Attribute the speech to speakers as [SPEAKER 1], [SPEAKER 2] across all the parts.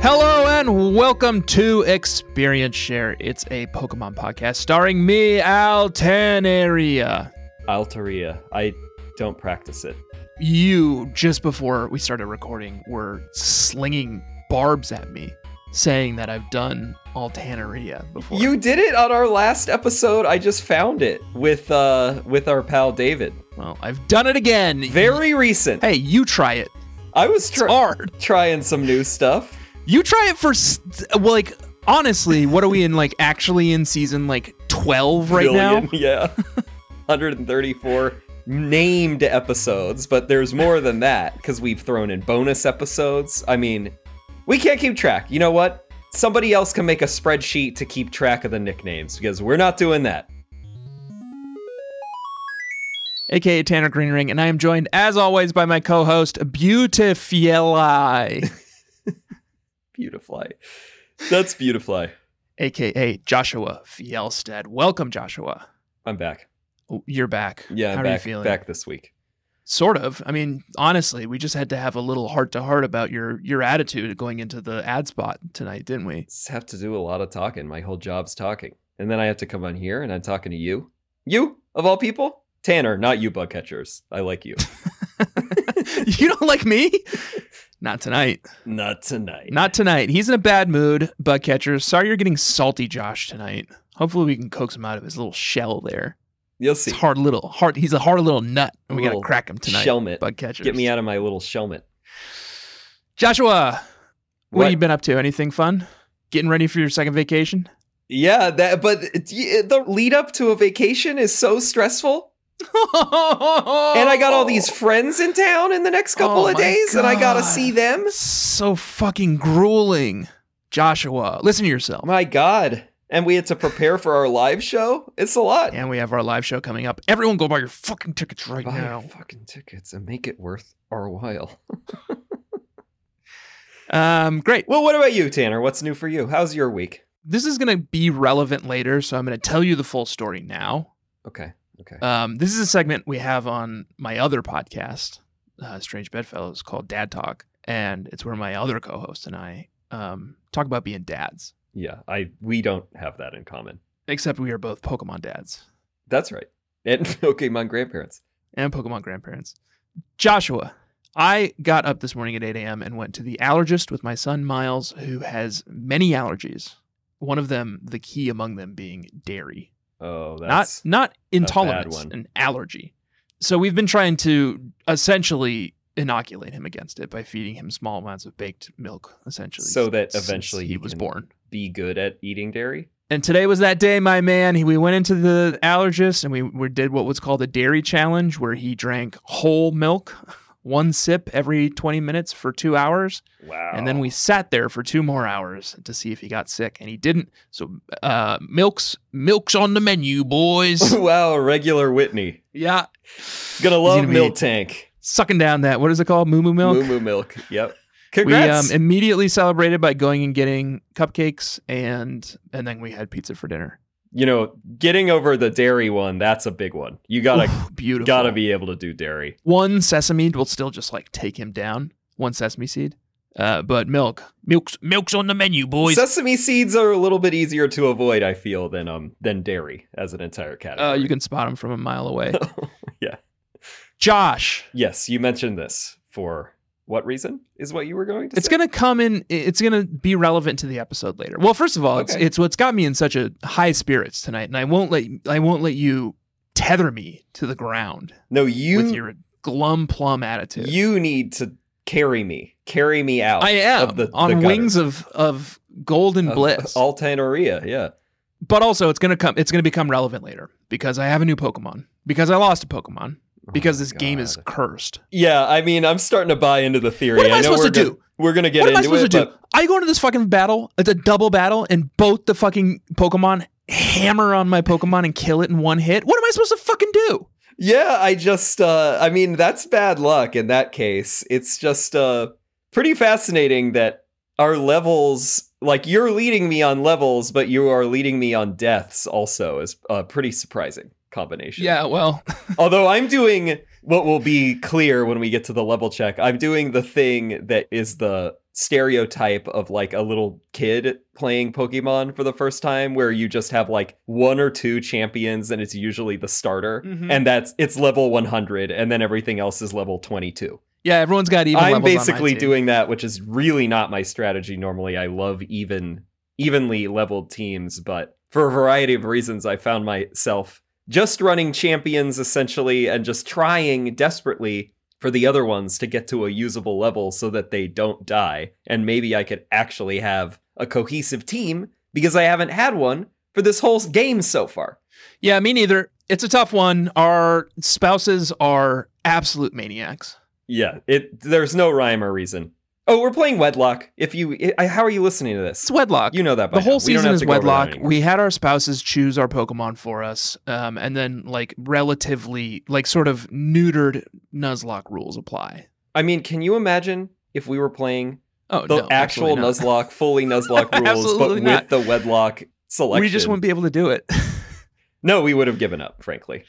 [SPEAKER 1] Hello and welcome to Experience Share. It's a Pokemon podcast starring me, Altenaria.
[SPEAKER 2] Altaria. I don't practice it.
[SPEAKER 1] You, just before we started recording, were slinging barbs at me, saying that I've done Altaneria before.
[SPEAKER 2] You did it on our last episode. I just found it with uh with our pal David.
[SPEAKER 1] Well, I've done it again.
[SPEAKER 2] Very recent.
[SPEAKER 1] Hey, you try it.
[SPEAKER 2] I was
[SPEAKER 1] It's
[SPEAKER 2] try-
[SPEAKER 1] hard.
[SPEAKER 2] trying some new stuff.
[SPEAKER 1] You try it for, s- well, like, honestly, what are we in, like, actually in season, like, 12 right now?
[SPEAKER 2] Billion, Yeah. 134 named episodes, but there's more than that cuz we've thrown in bonus episodes. I mean, we can't keep track. You know what? Somebody else can make a spreadsheet to keep track of the nicknames because we're not doing that.
[SPEAKER 1] aka Tanner Green Ring, and I am joined, as always, by my co-host Beautifuli,
[SPEAKER 2] Beautifly. That's Beautifly.
[SPEAKER 1] aka Joshua Fielstead. Welcome, Joshua.
[SPEAKER 2] I'm back.
[SPEAKER 1] Oh, You're back.
[SPEAKER 2] Yeah,
[SPEAKER 1] how
[SPEAKER 2] I'm
[SPEAKER 1] are
[SPEAKER 2] back,
[SPEAKER 1] you feeling?
[SPEAKER 2] back this week.
[SPEAKER 1] Sort of. I mean, honestly, we just had to have a little heart to heart about your your attitude going into the ad spot tonight, didn't we?
[SPEAKER 2] Just have to do a lot of talking. My whole job's talking. And then I have to come on here and I'm talking to you. You, of all people? Tanner, not you, bug catchers. I like you.
[SPEAKER 1] you don't like me? Not tonight.
[SPEAKER 2] not tonight.
[SPEAKER 1] Not tonight. He's in a bad mood, bug catcher. Sorry you're getting salty, Josh, tonight. Hopefully we can coax him out of his little shell there.
[SPEAKER 2] You'll
[SPEAKER 1] It's
[SPEAKER 2] see.
[SPEAKER 1] hard little hard. He's a hard little nut, and we
[SPEAKER 2] Little
[SPEAKER 1] gotta crack him tonight.
[SPEAKER 2] Shelmet.
[SPEAKER 1] bug catchers.
[SPEAKER 2] Get me out of my little shelmet.
[SPEAKER 1] Joshua, what?
[SPEAKER 2] What?
[SPEAKER 1] have you been up to? Anything fun? Getting ready for your second vacation?
[SPEAKER 2] Yeah, that but it- y- the lead up to a vacation is so stressful. And I got all these friends in town in the next couple
[SPEAKER 1] Oh
[SPEAKER 2] of
[SPEAKER 1] my
[SPEAKER 2] days and I got to
[SPEAKER 1] God.
[SPEAKER 2] see them.
[SPEAKER 1] so fucking grueling. Joshua, listen to yourself.
[SPEAKER 2] Oh My god. And we had to prepare for our live show. It's a lot.
[SPEAKER 1] And we have our live show coming up. Everyone go buy your fucking tickets right
[SPEAKER 2] buy
[SPEAKER 1] now.
[SPEAKER 2] fucking tickets and make it worth our while.
[SPEAKER 1] Um, great.
[SPEAKER 2] Well, what about you, Tanner? What's new for you? How's your week?
[SPEAKER 1] This is gonna be relevant later, so I'm gonna tell you the full story now.
[SPEAKER 2] Okay. Okay.
[SPEAKER 1] Um, this is a segment we have on my other podcast, uh, Strange Bedfellows, called Dad Talk, and it's where my other co-host and I um, talk about being dads.
[SPEAKER 2] yeah, I we don't have that in common.
[SPEAKER 1] Except we are both Pokemon dads
[SPEAKER 2] That's right. And Pokemon grandparents.
[SPEAKER 1] and Pokemon grandparents. Joshua, I got up this morning at 8 a.m. and went to the allergist with my son Miles, who has many allergies. One of them, the key among them, being dairy.
[SPEAKER 2] Oh, that's
[SPEAKER 1] not not intolerance,
[SPEAKER 2] one.
[SPEAKER 1] an allergy. So we've been trying to essentially inoculate him against it by feeding him small amounts of baked milk, essentially.
[SPEAKER 2] So that
[SPEAKER 1] since
[SPEAKER 2] eventually
[SPEAKER 1] he
[SPEAKER 2] he
[SPEAKER 1] was
[SPEAKER 2] can-
[SPEAKER 1] born.
[SPEAKER 2] be good at eating dairy.
[SPEAKER 1] And today was that day, my man. He- We went into the allergist and we, we did what was called a dairy challenge, where he drank whole milk, one sip every 20 minutes for two hours.
[SPEAKER 2] Wow.
[SPEAKER 1] And then we sat there for two more hours to see if he got sick, and he didn't. So, uh, milks, milks on the menu, boys.
[SPEAKER 2] Wow, regular Whitney.
[SPEAKER 1] yeah,
[SPEAKER 2] Gonna
[SPEAKER 1] He's
[SPEAKER 2] love
[SPEAKER 1] gonna be
[SPEAKER 2] Milk Tank.
[SPEAKER 1] sucking down that what is it called moo moo milk
[SPEAKER 2] Moo Moo Milk. Yep.
[SPEAKER 1] we um,
[SPEAKER 2] Congrats.
[SPEAKER 1] immediately celebrated by going and getting cupcakes and and then we had pizza for dinner
[SPEAKER 2] you know, getting over the dairy one, that's a big one. You gotta
[SPEAKER 1] Oof, beautiful
[SPEAKER 2] gotta be able to do dairy.
[SPEAKER 1] one sesame will still just like take him down one sesame seed uh but milk milk's milk's on the menu boys
[SPEAKER 2] Sesame seeds are a little bit easier to avoid, I feel, than um than dairy as an entire category.
[SPEAKER 1] uh, you can spot him from a mile away
[SPEAKER 2] Yeah.
[SPEAKER 1] josh
[SPEAKER 2] Yes, you mentioned this for what reason? Is what you were going to
[SPEAKER 1] it's
[SPEAKER 2] say?
[SPEAKER 1] gonna come in it's gonna be relevant to the episode later well first of all it's,
[SPEAKER 2] Okay.
[SPEAKER 1] it's what's got me in such a high spirits tonight and i won't let i won't let you tether me to the ground
[SPEAKER 2] no,
[SPEAKER 1] with
[SPEAKER 2] you
[SPEAKER 1] your glum plum attitude.
[SPEAKER 2] you need to carry me, carry me out.
[SPEAKER 1] I am
[SPEAKER 2] of the- the
[SPEAKER 1] on
[SPEAKER 2] gutter.
[SPEAKER 1] wings of of golden
[SPEAKER 2] of
[SPEAKER 1] bliss.
[SPEAKER 2] Altaneria, yeah.
[SPEAKER 1] but also it's gonna come it's gonna become relevant later because I have a new Pokemon. Because I lost a Pokemon. Because
[SPEAKER 2] Oh my
[SPEAKER 1] this game is
[SPEAKER 2] God.
[SPEAKER 1] cursed.
[SPEAKER 2] Yeah, I mean, I'm starting to buy into the theory.
[SPEAKER 1] What am I
[SPEAKER 2] know
[SPEAKER 1] supposed
[SPEAKER 2] we're
[SPEAKER 1] to
[SPEAKER 2] gonna-
[SPEAKER 1] do?
[SPEAKER 2] We're gonna get
[SPEAKER 1] what am I
[SPEAKER 2] into
[SPEAKER 1] supposed
[SPEAKER 2] it,
[SPEAKER 1] to do?
[SPEAKER 2] but
[SPEAKER 1] I go into this fucking battle, it's a double battle, and both the fucking Pokemon hammer on my Pokemon and kill it in one hit. What am I supposed to fucking do?
[SPEAKER 2] yeah, I just, uh, I mean, that's bad luck in that case. It's just uh, pretty fascinating that our levels, like you're leading me on levels, but you are leading me on deaths. Also, is a pretty surprising combination.
[SPEAKER 1] Yeah, well,
[SPEAKER 2] Although I'm doing what will be clear when we get to the level check, I'm doing the thing that is the stereotype of like a little kid playing Pokemon for the first time where you just have like one or two champions and it's usually the starter
[SPEAKER 1] Mhm.
[SPEAKER 2] and that's it's level 100 and then everything else is level 22.
[SPEAKER 1] Yeah, everyone's got even.
[SPEAKER 2] I'm
[SPEAKER 1] levels on my
[SPEAKER 2] basically
[SPEAKER 1] team.
[SPEAKER 2] doing that, which is really not my strategy normally. I love even evenly leveled teams, but for a variety of reasons, I found myself just running champions essentially and just trying desperately for the other ones to get to a usable level so that they don't die. And maybe I could actually have a cohesive team because I haven't had one for this whole game so far.
[SPEAKER 1] Yeah, me neither. It's a tough one. Our spouses are absolute maniacs.
[SPEAKER 2] Yeah, it there's no rhyme or reason. Oh, we're playing wedlock. If you I, how are you listening to this?
[SPEAKER 1] It's wedlock.
[SPEAKER 2] You know that by
[SPEAKER 1] the whole
[SPEAKER 2] now. We don't
[SPEAKER 1] season
[SPEAKER 2] have
[SPEAKER 1] is
[SPEAKER 2] to go over that
[SPEAKER 1] wedlock.
[SPEAKER 2] anymore.
[SPEAKER 1] We had our spouses choose our Pokemon for us, um, and then like relatively, like sort of neutered Nuzlocke rules apply.
[SPEAKER 2] I mean, can you imagine if we were playing
[SPEAKER 1] Oh,
[SPEAKER 2] the
[SPEAKER 1] no,
[SPEAKER 2] actual
[SPEAKER 1] absolutely not.
[SPEAKER 2] Nuzlocke, fully Nuzlocke rules, but
[SPEAKER 1] Absolutely
[SPEAKER 2] with
[SPEAKER 1] not.
[SPEAKER 2] the wedlock selection?
[SPEAKER 1] We just wouldn't be able to do it.
[SPEAKER 2] No, we would have given up, frankly.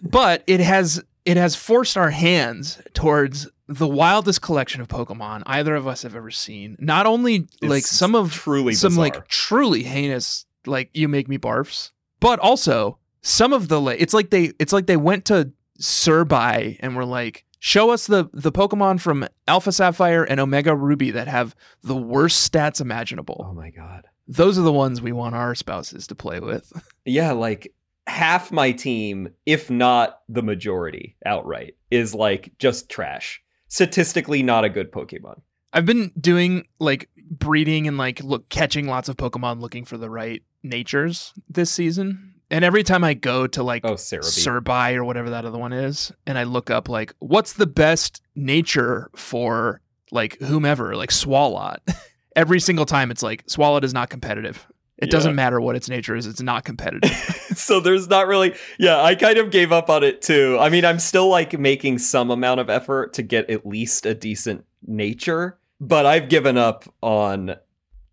[SPEAKER 1] but it has it has forced our hands towards the wildest collection of Pokemon either of us have ever seen. Not only like
[SPEAKER 2] It's
[SPEAKER 1] some of
[SPEAKER 2] truly
[SPEAKER 1] some
[SPEAKER 2] bizarre.
[SPEAKER 1] like truly heinous like you make me barfs but also some of the like it's like they it's like they went to Surby and were like show us the the pokemon from alpha sapphire and omega ruby that have the worst stats
[SPEAKER 2] oh
[SPEAKER 1] imaginable
[SPEAKER 2] my god.
[SPEAKER 1] those are the ones we want our spouses to play with
[SPEAKER 2] Yeah, like half my team, if not the majority outright, is like just trash. Statistically, not a good Pokemon.
[SPEAKER 1] i've been doing like breeding and like look catching lots of pokemon looking for the right natures this season and every time i go to like
[SPEAKER 2] Oh, Cerebi.
[SPEAKER 1] Surby or whatever that other one is, and I look up like what's the best nature for like whomever, like Swalot. Every single time it's like Swalot is not competitive. It doesn't
[SPEAKER 2] Yeah.
[SPEAKER 1] matter what its nature is, it's not competitive.
[SPEAKER 2] so there's not really yeah i kind of gave up on it too i mean i'm still like making some amount of effort to get at least a decent nature but i've given up on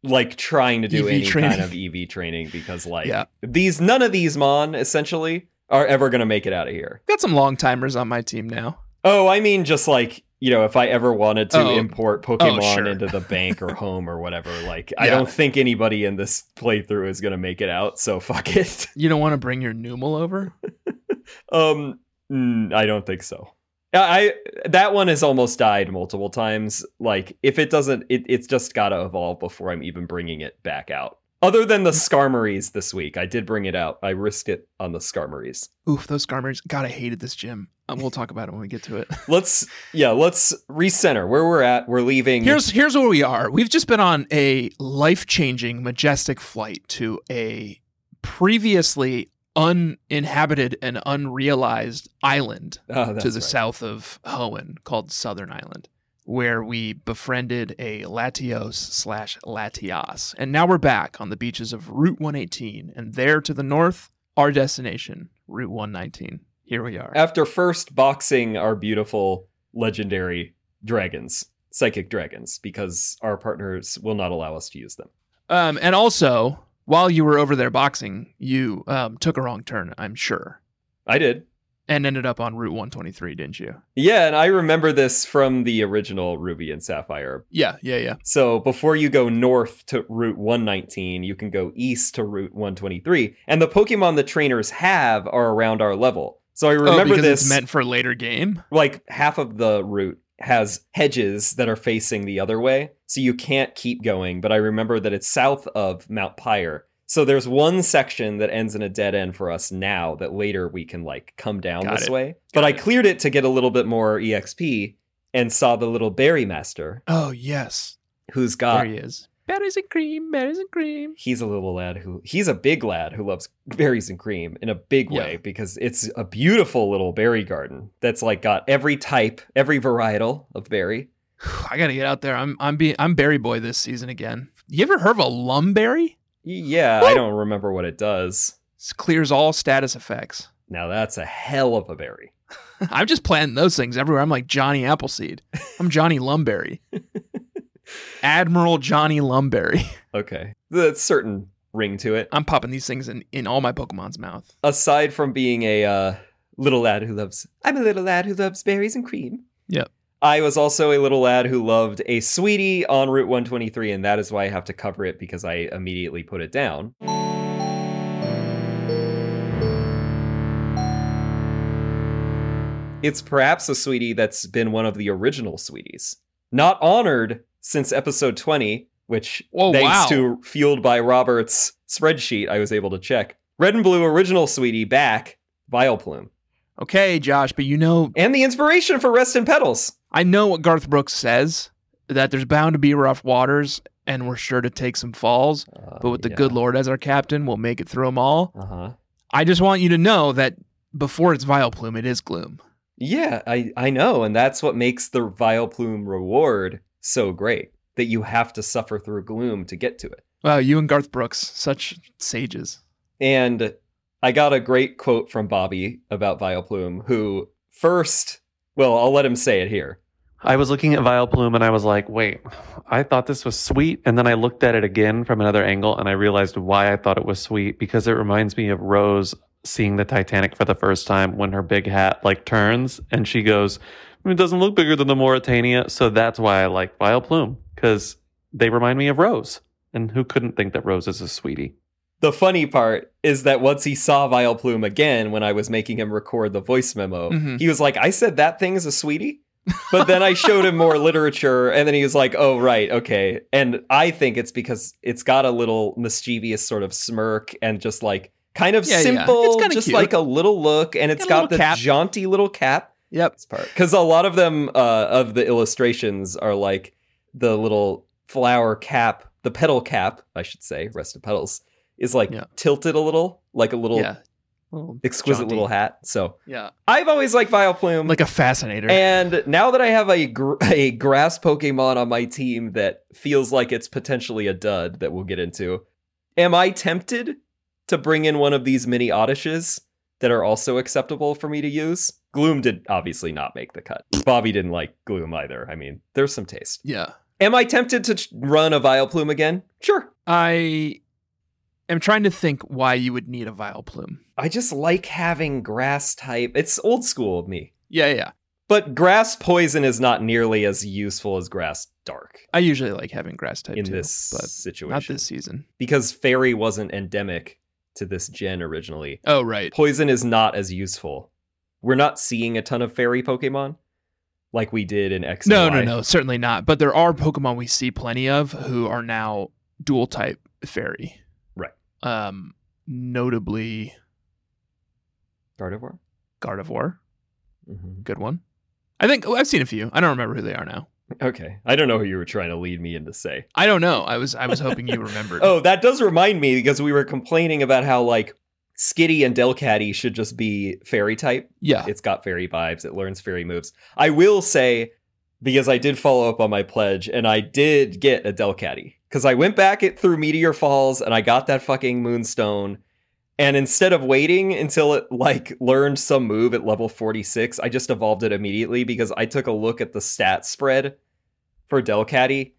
[SPEAKER 2] like trying to
[SPEAKER 1] EV
[SPEAKER 2] do any
[SPEAKER 1] E training.
[SPEAKER 2] kind of ev training because like
[SPEAKER 1] Yeah.
[SPEAKER 2] these none of these mon essentially are ever going to make it out of here
[SPEAKER 1] Got some long timers on my team now.
[SPEAKER 2] oh i mean just like you know if i ever wanted to
[SPEAKER 1] Oh.
[SPEAKER 2] import pokemon
[SPEAKER 1] sure.
[SPEAKER 2] into the bank or home or whatever like i
[SPEAKER 1] Yeah.
[SPEAKER 2] don't think anybody in this playthrough is going to make it out so fuck it
[SPEAKER 1] You don't want to bring your Numal over?
[SPEAKER 2] Um, mm, I don't think so. I I- that one has almost died multiple times. Like if it doesn't, it, it's just gotta evolve before I'm even bringing it back out. Other than the Skarmories this week, I did bring it out. I risked it on the Skarmories.
[SPEAKER 1] Oof, those Skarmories. God, I hated this gym. Um, we'll talk about it when we get to it.
[SPEAKER 2] Let's yeah, let's recenter where we're at. We're leaving.
[SPEAKER 1] Here's here's where we are. We've just been on a life-changing, majestic flight to a previously uninhabited and unrealized island
[SPEAKER 2] Oh, that's
[SPEAKER 1] to the
[SPEAKER 2] right.
[SPEAKER 1] south of Hoenn called Southern Island, where we befriended a Latios slash Latias. And now we're back on the beaches of Route 118, and there to the north, our destination, Route 119. Here we are.
[SPEAKER 2] After first boxing our beautiful legendary dragons, psychic dragons, because our partners will not allow us to use them.
[SPEAKER 1] Um, and also, while you were over there boxing, you um, took a wrong turn, I'm sure,
[SPEAKER 2] I did.
[SPEAKER 1] and ended up on Route 123, didn't you?
[SPEAKER 2] Yeah, and I remember this from the original Ruby and Sapphire.
[SPEAKER 1] Yeah, yeah, yeah.
[SPEAKER 2] So before you go north to Route 119, you can go east to Route 123. And the Pokemon the trainers have are around our level. So I
[SPEAKER 1] oh,
[SPEAKER 2] remember
[SPEAKER 1] because
[SPEAKER 2] this.
[SPEAKER 1] it's meant for later game.
[SPEAKER 2] like half of the route has hedges that are facing the other way. So you can't keep going. But I remember that it's south of Mount Pyre. So there's one section that ends in a dead end for us now that later we can like come down
[SPEAKER 1] Got
[SPEAKER 2] this
[SPEAKER 1] it.
[SPEAKER 2] way. But
[SPEAKER 1] Got
[SPEAKER 2] I
[SPEAKER 1] it.
[SPEAKER 2] cleared it to get a little bit more EXP and saw the little berry master
[SPEAKER 1] Oh yes,
[SPEAKER 2] who's got
[SPEAKER 1] there he is. Berries and cream, berries and cream.
[SPEAKER 2] he's a little lad who he's a big lad who loves berries and cream in a big
[SPEAKER 1] Yeah.
[SPEAKER 2] way because it's a beautiful little berry garden that's like got every type, every varietal of berry.
[SPEAKER 1] I gotta get out there. I'm I'm being I'm berry boy this season again. You ever heard of a lumberry?
[SPEAKER 2] Yeah,
[SPEAKER 1] Woo!
[SPEAKER 2] I don't remember what it does.
[SPEAKER 1] This clears all status effects.
[SPEAKER 2] Now that's a hell of a berry.
[SPEAKER 1] I'm just planting those things everywhere. I'm like Johnny Appleseed. I'm Johnny Lumberry. Admiral Johnny Lumberry.
[SPEAKER 2] Okay. That's certain ring to it.
[SPEAKER 1] I'm popping these things in, in all my Pokemon's mouth.
[SPEAKER 2] Aside from being a uh, little lad who loves I'm a little lad who loves berries and cream.
[SPEAKER 1] Yep.
[SPEAKER 2] I was also a little lad who loved a sweetie on Route 123, and that is why I have to cover it because I immediately put it down. It's perhaps a sweetie that's been one of the original sweeties. Not honored since episode 20, which,
[SPEAKER 1] Whoa,
[SPEAKER 2] thanks
[SPEAKER 1] Oh, wow.
[SPEAKER 2] to Fueled by Robert's spreadsheet, I was able to check. Red and Blue original sweetie back, Vileplume.
[SPEAKER 1] Okay, Josh, but you know,
[SPEAKER 2] And the inspiration for Rest in Petals.
[SPEAKER 1] I know what Garth Brooks says that there's bound to be rough waters and we're sure to take some falls,
[SPEAKER 2] Oh,
[SPEAKER 1] but with the good Lord as our captain, we'll make it through them all.
[SPEAKER 2] Uh huh.
[SPEAKER 1] I just want you to know that before it's vile plume, it is gloom.
[SPEAKER 2] Yeah, I, I know. And that's what makes the Vileplume reward so great that you have to suffer through gloom to get to it.
[SPEAKER 1] Wow, you and Garth Brooks, such sages.
[SPEAKER 2] And I got a great quote from Bobby about Vileplume, who first, well, I'll let him say it here.
[SPEAKER 3] I was looking at Vile Plume and I was like, wait, I thought this was sweet. And then I looked at it again from another angle and I realized why I thought it was sweet because it reminds me of Rose seeing the Titanic for the first time when her big hat like turns and she goes, it doesn't look bigger than the Mauritania. So that's why I like Vile Plume because they remind me of Rose. And who couldn't think that Rose is a sweetie?
[SPEAKER 2] The funny part is that once he saw Vileplume again when I was making him record the voice memo,
[SPEAKER 1] Mhm.
[SPEAKER 2] he was like, I said that thing is a sweetie. But then I showed him more literature, and then he was like, oh, right, okay. And I think it's because it's got a little mischievous sort of smirk and just like kind of
[SPEAKER 1] Yeah, yeah. It's
[SPEAKER 2] simple,
[SPEAKER 1] kinda
[SPEAKER 2] just
[SPEAKER 1] cute.
[SPEAKER 2] like a little look, and it's
[SPEAKER 1] Got a
[SPEAKER 2] got,
[SPEAKER 1] little
[SPEAKER 2] the
[SPEAKER 1] cap.
[SPEAKER 2] jaunty little cap.
[SPEAKER 1] Yep.
[SPEAKER 2] this part because a lot of them uh, of the illustrations are like the little flower cap, the petal cap, I should say, rest of petals is like
[SPEAKER 1] Yeah.
[SPEAKER 2] tilted a little, like a little
[SPEAKER 1] Yeah. Little
[SPEAKER 2] exquisite
[SPEAKER 1] jaunty.
[SPEAKER 2] little hat. So
[SPEAKER 1] Yeah.
[SPEAKER 2] I've always liked Vileplume,
[SPEAKER 1] Like a fascinator.
[SPEAKER 2] and now that I have a gr- a grass Pokemon on my team that feels like it's potentially a dud that we'll get into, am I tempted to bring in one of these mini Odishes that are also acceptable for me to use? Gloom did obviously not make the cut. Bobby didn't like Gloom either. I mean, there's some taste.
[SPEAKER 1] yeah.
[SPEAKER 2] Am I tempted to ch- run a Vileplume again? Sure.
[SPEAKER 1] I am trying to think why you would need a vile plume.
[SPEAKER 2] I just like having grass type. It's old school of me.
[SPEAKER 1] Yeah, yeah.
[SPEAKER 2] But grass poison is not nearly as useful as grass dark.
[SPEAKER 1] I usually like having grass type
[SPEAKER 2] in
[SPEAKER 1] too,
[SPEAKER 2] this
[SPEAKER 1] but
[SPEAKER 2] situation.
[SPEAKER 1] not this season.
[SPEAKER 2] Because fairy wasn't endemic to this gen originally.
[SPEAKER 1] Oh, right.
[SPEAKER 2] Poison is not as useful. We're not seeing a ton of fairy Pokemon like we did in X. and
[SPEAKER 1] No,
[SPEAKER 2] Y.
[SPEAKER 1] no, no, certainly not. But there are Pokemon we see plenty of who are now dual type fairy.
[SPEAKER 2] Right.
[SPEAKER 1] Um, notably
[SPEAKER 2] Gardevoir?
[SPEAKER 1] Gardevoir,
[SPEAKER 2] Mhm.
[SPEAKER 1] good one. I think oh, I've seen a few. I don't remember who they are now.
[SPEAKER 2] Okay. I don't know who you were trying to lead me into say.
[SPEAKER 1] I don't know. I was I was hoping you remembered.
[SPEAKER 2] Oh, that does remind me because we were complaining about how, like, Skitty and Delcatty should just be fairy type.
[SPEAKER 1] yeah.
[SPEAKER 2] it's got fairy vibes it learns fairy moves i will say because i did follow up on my pledge and i did get a delcatty because i went back it through meteor falls and i got that fucking moonstone and instead of waiting until it like learned some move at level 46 i just evolved it immediately because i took a look at the stat spread for delcatty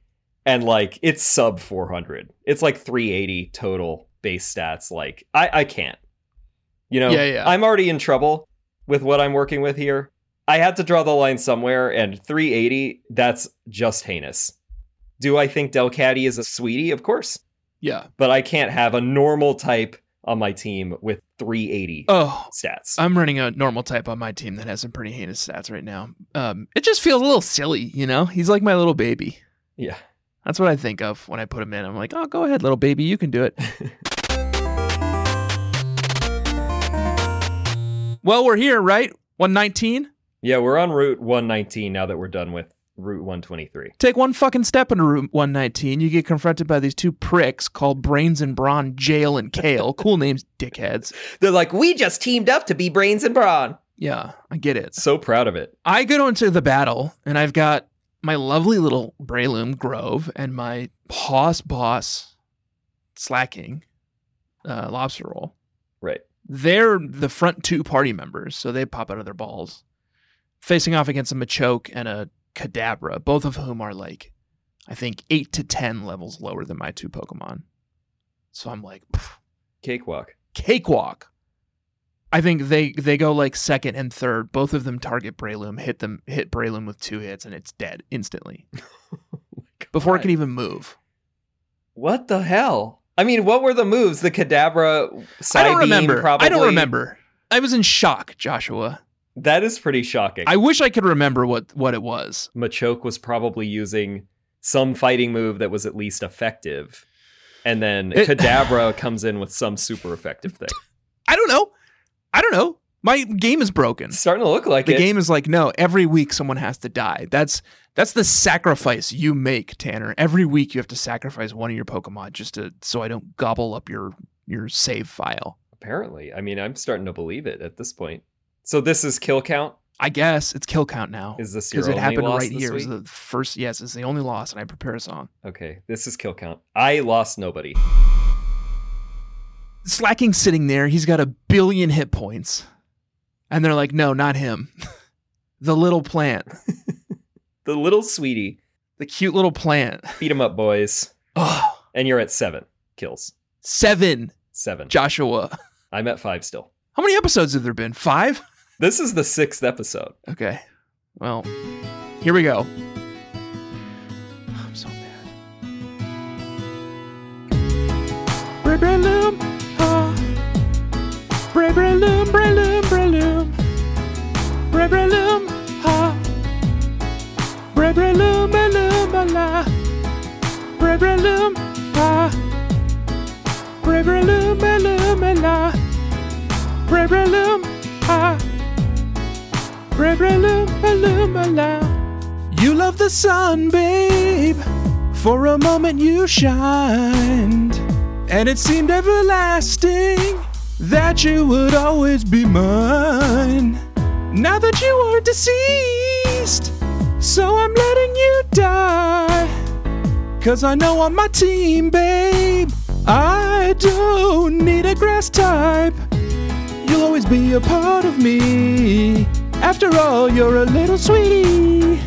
[SPEAKER 2] and like it's sub 400 it's like 380 total base stats like i i can't you know
[SPEAKER 1] Yeah, yeah.
[SPEAKER 2] i'm already in trouble with what i'm working with here i had to draw the line somewhere and 380 that's just heinous do i think delcatty is a sweetie of course
[SPEAKER 1] Yeah.
[SPEAKER 2] but i can't have a normal type on my team with 380
[SPEAKER 1] Oh,
[SPEAKER 2] stats
[SPEAKER 1] I'm running a normal type on my team that has some pretty heinous stats right now. Um, it just feels a little silly, you know. He's like my little baby.
[SPEAKER 2] yeah
[SPEAKER 1] That's what I think of when I put him in. I'm like, oh, go ahead, little baby, you can do it. well, we're here, right? 119.
[SPEAKER 2] yeah we're on route 119 now that we're done with route 123
[SPEAKER 1] Take one fucking step into room 119. You get confronted by these two pricks called Brains and Brawn, Jail and Kale. cool names, dickheads.
[SPEAKER 2] they're like we just teamed up to be brains and brawn
[SPEAKER 1] Yeah, I get it.
[SPEAKER 2] so proud of it
[SPEAKER 1] I go into the battle and I've got my lovely little Breloom Grove and my boss boss slacking uh, lobster roll.
[SPEAKER 2] right
[SPEAKER 1] They're the front two party members, so they pop out of their balls, facing off against a Machoke and a Kadabra, both of whom are like, I think, eight to 10 levels lower than my two Pokemon. So I'm like, pff,
[SPEAKER 2] cakewalk
[SPEAKER 1] cakewalk. I think they they go like second and third. Both of them target Breloom, hit them hit Breloom with two hits, and it's dead instantly before it can even move.
[SPEAKER 2] What the hell? I mean, what were the moves? The Kadabra side
[SPEAKER 1] I don't
[SPEAKER 2] beam,
[SPEAKER 1] remember.
[SPEAKER 2] probably.
[SPEAKER 1] I don't remember. I was in shock, Joshua.
[SPEAKER 2] That is pretty shocking.
[SPEAKER 1] I wish I could remember what what it was.
[SPEAKER 2] Machoke was probably using some fighting move that was at least effective. And then
[SPEAKER 1] It-
[SPEAKER 2] Kadabra comes in with some super effective thing.
[SPEAKER 1] I don't know. I don't know. My game is broken.
[SPEAKER 2] It's starting to look like
[SPEAKER 1] The
[SPEAKER 2] it.
[SPEAKER 1] game is like, no, every week someone has to die. That's that's the sacrifice you make, Tanner. Every week you have to sacrifice one of your Pokemon just to so I don't gobble up your your save file.
[SPEAKER 2] Apparently. I mean, I'm starting to believe it at this point. So this is kill count?
[SPEAKER 1] I guess it's kill count now.
[SPEAKER 2] Is this your
[SPEAKER 1] Because
[SPEAKER 2] only
[SPEAKER 1] it happened
[SPEAKER 2] loss
[SPEAKER 1] right
[SPEAKER 2] this
[SPEAKER 1] here. It was
[SPEAKER 2] week?
[SPEAKER 1] the first yes, it's the only loss, and I prepare a song.
[SPEAKER 2] Okay, this is kill count. I lost nobody.
[SPEAKER 1] Slacking sitting there, he's got a billion hit points. And they're like, no, not him. the little plant.
[SPEAKER 2] The little sweetie
[SPEAKER 1] The cute little plant.
[SPEAKER 2] beat him up, boys.
[SPEAKER 1] Oh,
[SPEAKER 2] And you're at seven kills.
[SPEAKER 1] seven,
[SPEAKER 2] Seven.
[SPEAKER 1] Joshua.
[SPEAKER 2] I'm at five still.
[SPEAKER 1] How many episodes have there been? Five?
[SPEAKER 2] This is the sixth episode.
[SPEAKER 1] Okay. Well, here we go. I'm so mad. Bray Breloom. ah. Bray Breloom, Breloom, Breloom. Bray Breloom. ah. Bray Breloom, Breloom, Bala. Bray Breloom. ah. Bray Breloom, Breloom, Bala. Bray Breloom. ah. You love the sun, babe. For a moment you shined, and it seemed everlasting that you would always be mine. Now that you are deceased, so I'm letting you die. Cause I know on my team, babe, I don't need a grass type. You'll always be a part of me. After all, you're a little sweetie.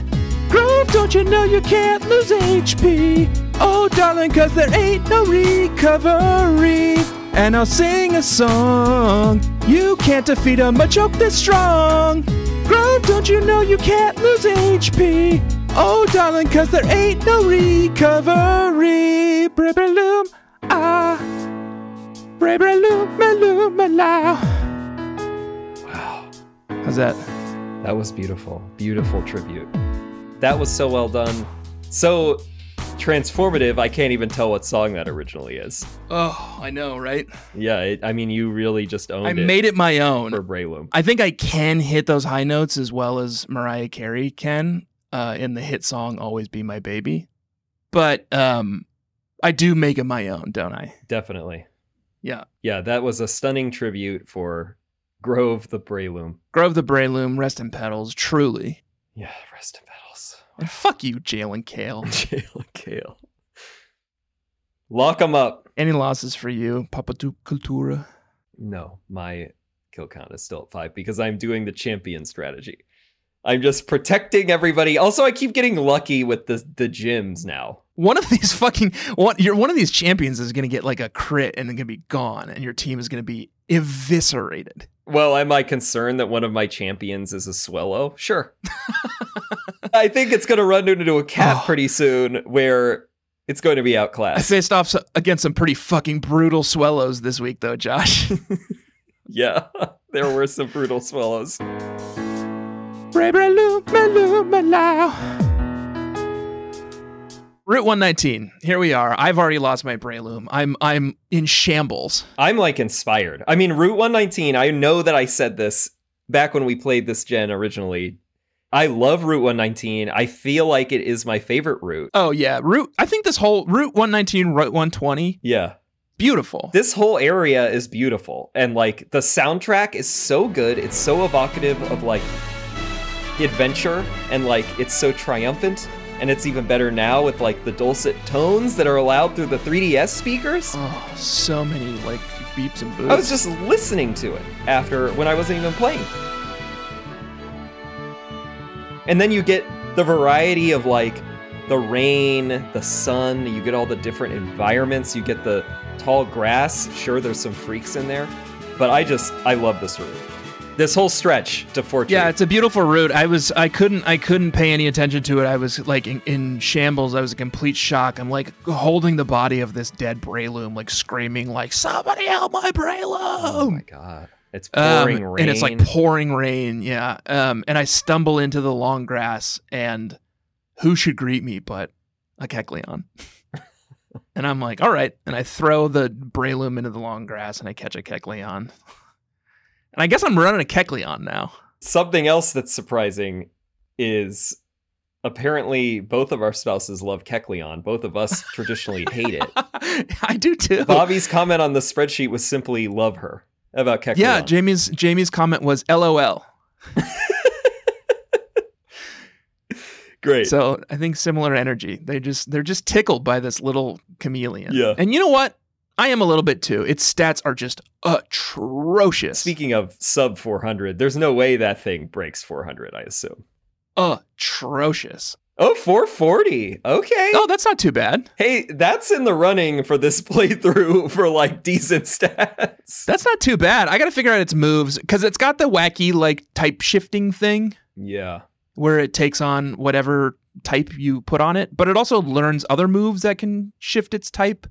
[SPEAKER 1] Grove, don't you know you can't lose HP? Oh, darling, cause there ain't no recovery. And I'll sing a song. You can't defeat a Machoke this strong. Grove, don't you know you can't lose HP? Oh, darling, cause there ain't no recovery. Bribberloom, ah. Bribberloom, maloom, alow.
[SPEAKER 2] Wow.
[SPEAKER 1] How's that?
[SPEAKER 2] That was beautiful. Beautiful tribute. That was so well done. So transformative, I can't even tell what song that originally is.
[SPEAKER 1] Oh, I know, right?
[SPEAKER 2] Yeah, it, I mean, you really just owned
[SPEAKER 1] I
[SPEAKER 2] it
[SPEAKER 1] made it my own.
[SPEAKER 2] for Breloom.
[SPEAKER 1] I think I can hit those high notes as well as Mariah Carey can uh, in the hit song "Always Be My Baby," but um, I do make it my own, don't I?
[SPEAKER 2] Definitely.
[SPEAKER 1] Yeah.
[SPEAKER 2] Yeah, that was a stunning tribute for Grove the Breloom.
[SPEAKER 1] Grove the Breloom, rest in petals, truly,
[SPEAKER 2] Yeah, rest in petals.
[SPEAKER 1] and fuck you, Jalen Kale.
[SPEAKER 2] Jail Kale. Lock him up.
[SPEAKER 1] Any losses for you, Papa Du Cultura?
[SPEAKER 2] No, my kill count is still at five because I'm doing the champion strategy. I'm just protecting everybody. Also, I keep getting lucky with the the gyms now.
[SPEAKER 1] One of these fucking one, you're, one of these champions is gonna get like a crit and then gonna be gone, and your team is gonna be eviscerated.
[SPEAKER 2] Well, am I concerned that one of my champions is a Swellow? Sure. I think it's going to run into a cap pretty soon where it's going to be
[SPEAKER 1] I
[SPEAKER 2] outclassed.
[SPEAKER 1] faced off so- against some pretty fucking brutal swellows this week, though, Josh.
[SPEAKER 2] Yeah, there were some brutal Swallows.
[SPEAKER 1] Route 119. Here we are. I've already lost my Breloom. I'm I'm in shambles.
[SPEAKER 2] I'm like inspired. I mean, Route 119, I know that I said this back when we played this gen originally. I love Route 119. I feel like it is my favorite route.
[SPEAKER 1] Oh yeah, route. I think this whole route 119, route 120,
[SPEAKER 2] Yeah.
[SPEAKER 1] beautiful.
[SPEAKER 2] This whole area is beautiful. And like the soundtrack is so good. It's so evocative of like adventure and like it's so triumphant. And it's even better now with like the dulcet tones that are allowed through the 3DS speakers.
[SPEAKER 1] Oh, so many like beeps and boops.
[SPEAKER 2] I was just listening to it after when I wasn't even playing. And then you get the variety of like the rain, the sun, you get all the different environments, you get the tall grass. Sure, there's some freaks in there, But I just I love this route. This whole stretch to Fortune.
[SPEAKER 1] Yeah, it's a beautiful route. I was I couldn't I couldn't pay any attention to it. I was like in, in shambles. I was a complete shock. I'm like holding the body of this dead Breloom, like screaming like somebody help my
[SPEAKER 2] oh my
[SPEAKER 1] Breloom.
[SPEAKER 2] god. It's
[SPEAKER 1] Um,
[SPEAKER 2] pouring rain.
[SPEAKER 1] and it's like pouring rain, yeah. Um, and I stumble into the long grass, and who should greet me but a Kecleon? and I'm like, all right. And I throw the Breloom into the long grass, and I catch a Kecleon. And I guess I'm running a Kecleon now.
[SPEAKER 2] Something else that's surprising is apparently both of our spouses love Kecleon. Both of us traditionally hate it.
[SPEAKER 1] I do too.
[SPEAKER 2] Bobby's comment on the spreadsheet was simply love her about Kecleon.
[SPEAKER 1] yeah, Jamie's Jamie's comment was LOL.
[SPEAKER 2] great.
[SPEAKER 1] So I think similar energy. They just they're just tickled by this little chameleon.
[SPEAKER 2] Yeah.
[SPEAKER 1] And you know what? I am a little bit too. Its stats are just atrocious.
[SPEAKER 2] Speaking of sub 400, there's no way that thing breaks 400, I assume.
[SPEAKER 1] atrocious.
[SPEAKER 2] Oh, 440. Okay.
[SPEAKER 1] Oh, that's not too bad.
[SPEAKER 2] Hey, that's in the running for this playthrough for like decent stats.
[SPEAKER 1] That's not too bad. I got to figure out its moves because it's got the wacky like type shifting thing.
[SPEAKER 2] Yeah.
[SPEAKER 1] where it takes on whatever type you put on it, but it also learns other moves that can shift its type,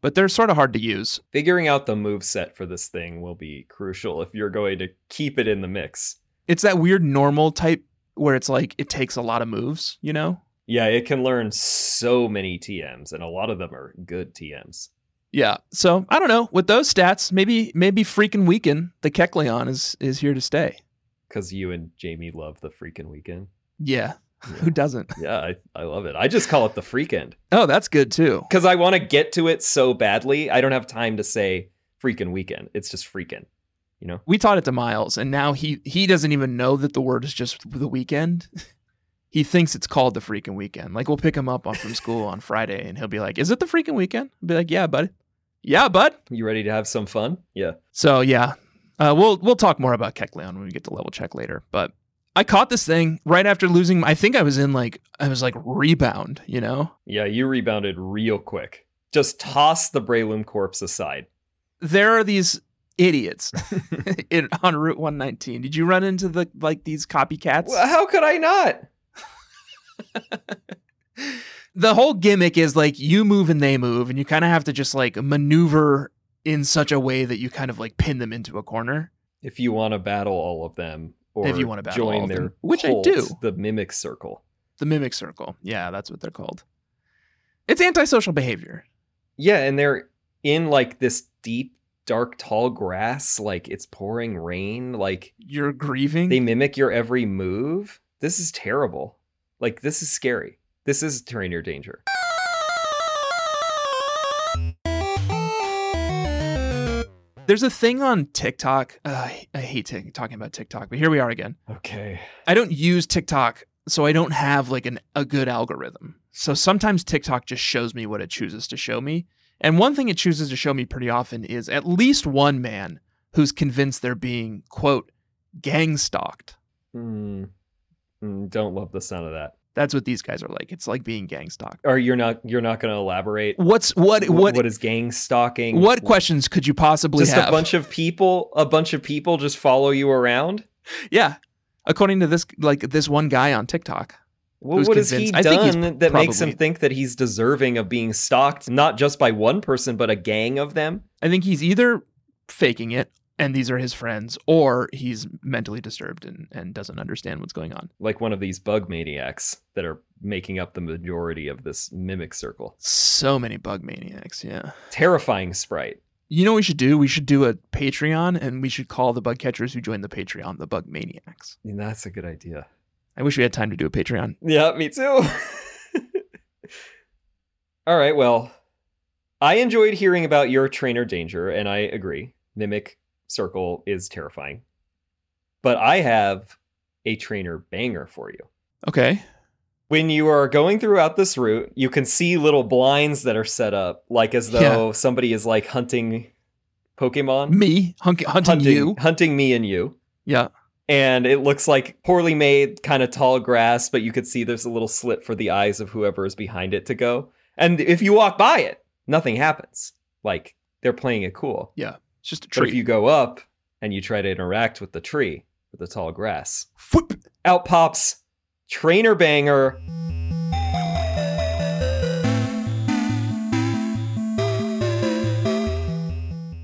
[SPEAKER 1] but they're sort of hard to use.
[SPEAKER 2] Figuring out the move set for this thing will be crucial if you're going to keep it in the mix.
[SPEAKER 1] It's that weird normal type where it's like it takes a lot of moves, you know?
[SPEAKER 2] Yeah, it can learn so many TMs, and a lot of them are good TMs.
[SPEAKER 1] Yeah. So I don't know. With those stats, maybe maybe freaking weekend the Kecleon is is here to stay.
[SPEAKER 2] Because you and Jamie love the freaking weekend.
[SPEAKER 1] Yeah.
[SPEAKER 2] Yeah,
[SPEAKER 1] Who doesn't?
[SPEAKER 2] yeah I, I love it. I just call it the freakend.
[SPEAKER 1] Oh, that's good too.
[SPEAKER 2] because I want to get to it so badly. I don't have time to say freaking weekend. It's just freaking, you know.
[SPEAKER 1] We taught it to Miles, and now he he doesn't even know that the word is just the weekend. he thinks it's called the freaking weekend. Like we'll pick him up on, from school on Friday, and he'll be like, "Is it the freaking weekend?" I'll be like, "Yeah, bud. Yeah, bud."
[SPEAKER 2] You ready to have some fun? Yeah.
[SPEAKER 1] So yeah, uh, we'll we'll talk more about Kecleon when we get to level check later. But I caught this thing right after losing. I think I was in like I was like rebound, you know.
[SPEAKER 2] Yeah, you rebounded real quick. Just toss the Breloom corpse aside.
[SPEAKER 1] There are these idiots in, on Route 119. Did you run into the like these copycats?
[SPEAKER 2] Well, how could I not?
[SPEAKER 1] the whole gimmick is like you move and they move, and you kind of have to just like maneuver in such a way that you kind of like pin them into a corner.
[SPEAKER 2] If you want to battle all of them, or
[SPEAKER 1] If you wanna battle
[SPEAKER 2] join
[SPEAKER 1] all of
[SPEAKER 2] their
[SPEAKER 1] them, which I
[SPEAKER 2] cult,
[SPEAKER 1] do.
[SPEAKER 2] the mimic circle.
[SPEAKER 1] The mimic circle. Yeah, that's what they're called. It's antisocial behavior.
[SPEAKER 2] Yeah, and they're in like this deep, dark, tall grass. Like it's pouring rain. Like
[SPEAKER 1] You're grieving.
[SPEAKER 2] they mimic your every move. This is terrible. Like this is scary. This is Terrainer danger.
[SPEAKER 1] There's a thing on TikTok. Uh, I hate t- talking about TikTok, but here we are again.
[SPEAKER 2] Okay.
[SPEAKER 1] I don't use TikTok, so I don't have like an, a good algorithm. So sometimes TikTok just shows me what it chooses to show me. And one thing it chooses to show me pretty often is at least one man who's convinced they're being, quote, gang stalked.
[SPEAKER 2] Mm, Mm, don't love the sound of that.
[SPEAKER 1] That's what these guys are like. It's like being gang stalked.
[SPEAKER 2] Or you're not you're not going to elaborate.
[SPEAKER 1] What's what
[SPEAKER 2] Wh-
[SPEAKER 1] what
[SPEAKER 2] what
[SPEAKER 1] what,
[SPEAKER 2] is gang stalking?
[SPEAKER 1] questions could you possibly
[SPEAKER 2] Just
[SPEAKER 1] have?
[SPEAKER 2] a bunch of people, a bunch of people just follow you around.
[SPEAKER 1] yeah. According to this like this one guy on TikTok.
[SPEAKER 2] Well,
[SPEAKER 1] Who's
[SPEAKER 2] what has he
[SPEAKER 1] convinced? I think he's
[SPEAKER 2] done that makes him
[SPEAKER 1] probably-
[SPEAKER 2] think that he's deserving of being stalked, not just by one person, but a gang of them?
[SPEAKER 1] I think he's either faking it and these are his friends, or he's mentally disturbed and, and doesn't understand what's going on.
[SPEAKER 2] Like one of these bug maniacs that are making up the majority of this mimic circle.
[SPEAKER 1] So many bug maniacs, yeah.
[SPEAKER 2] Terrifying sprite.
[SPEAKER 1] You know what we should do? We should do a Patreon and we should call the bug catchers who join the Patreon the bug maniacs.
[SPEAKER 2] And that's a good idea.
[SPEAKER 1] I wish we had time to do a Patreon.
[SPEAKER 2] Yeah, me too. All right, well, I enjoyed hearing about your trainer danger, and I agree. Mimic Circle is terrifying. But I have a trainer banger for you.
[SPEAKER 1] Okay.
[SPEAKER 2] When you are going throughout this route, you can see little blinds that are set up, like as
[SPEAKER 1] Yeah.
[SPEAKER 2] though somebody is like hunting Pokemon.
[SPEAKER 1] Me, hunk- hunting, you.
[SPEAKER 2] hunting me and you
[SPEAKER 1] Yeah.
[SPEAKER 2] and it looks like poorly made kind of tall grass but you could see there's a little slit for the eyes of whoever is behind it to go and if you walk by it nothing happens like they're playing it cool
[SPEAKER 1] It's just a
[SPEAKER 2] But
[SPEAKER 1] tree.
[SPEAKER 2] if you go up and you try to interact with the tree, with the tall grass,
[SPEAKER 1] Whoop!
[SPEAKER 2] out pops Trainer Banger.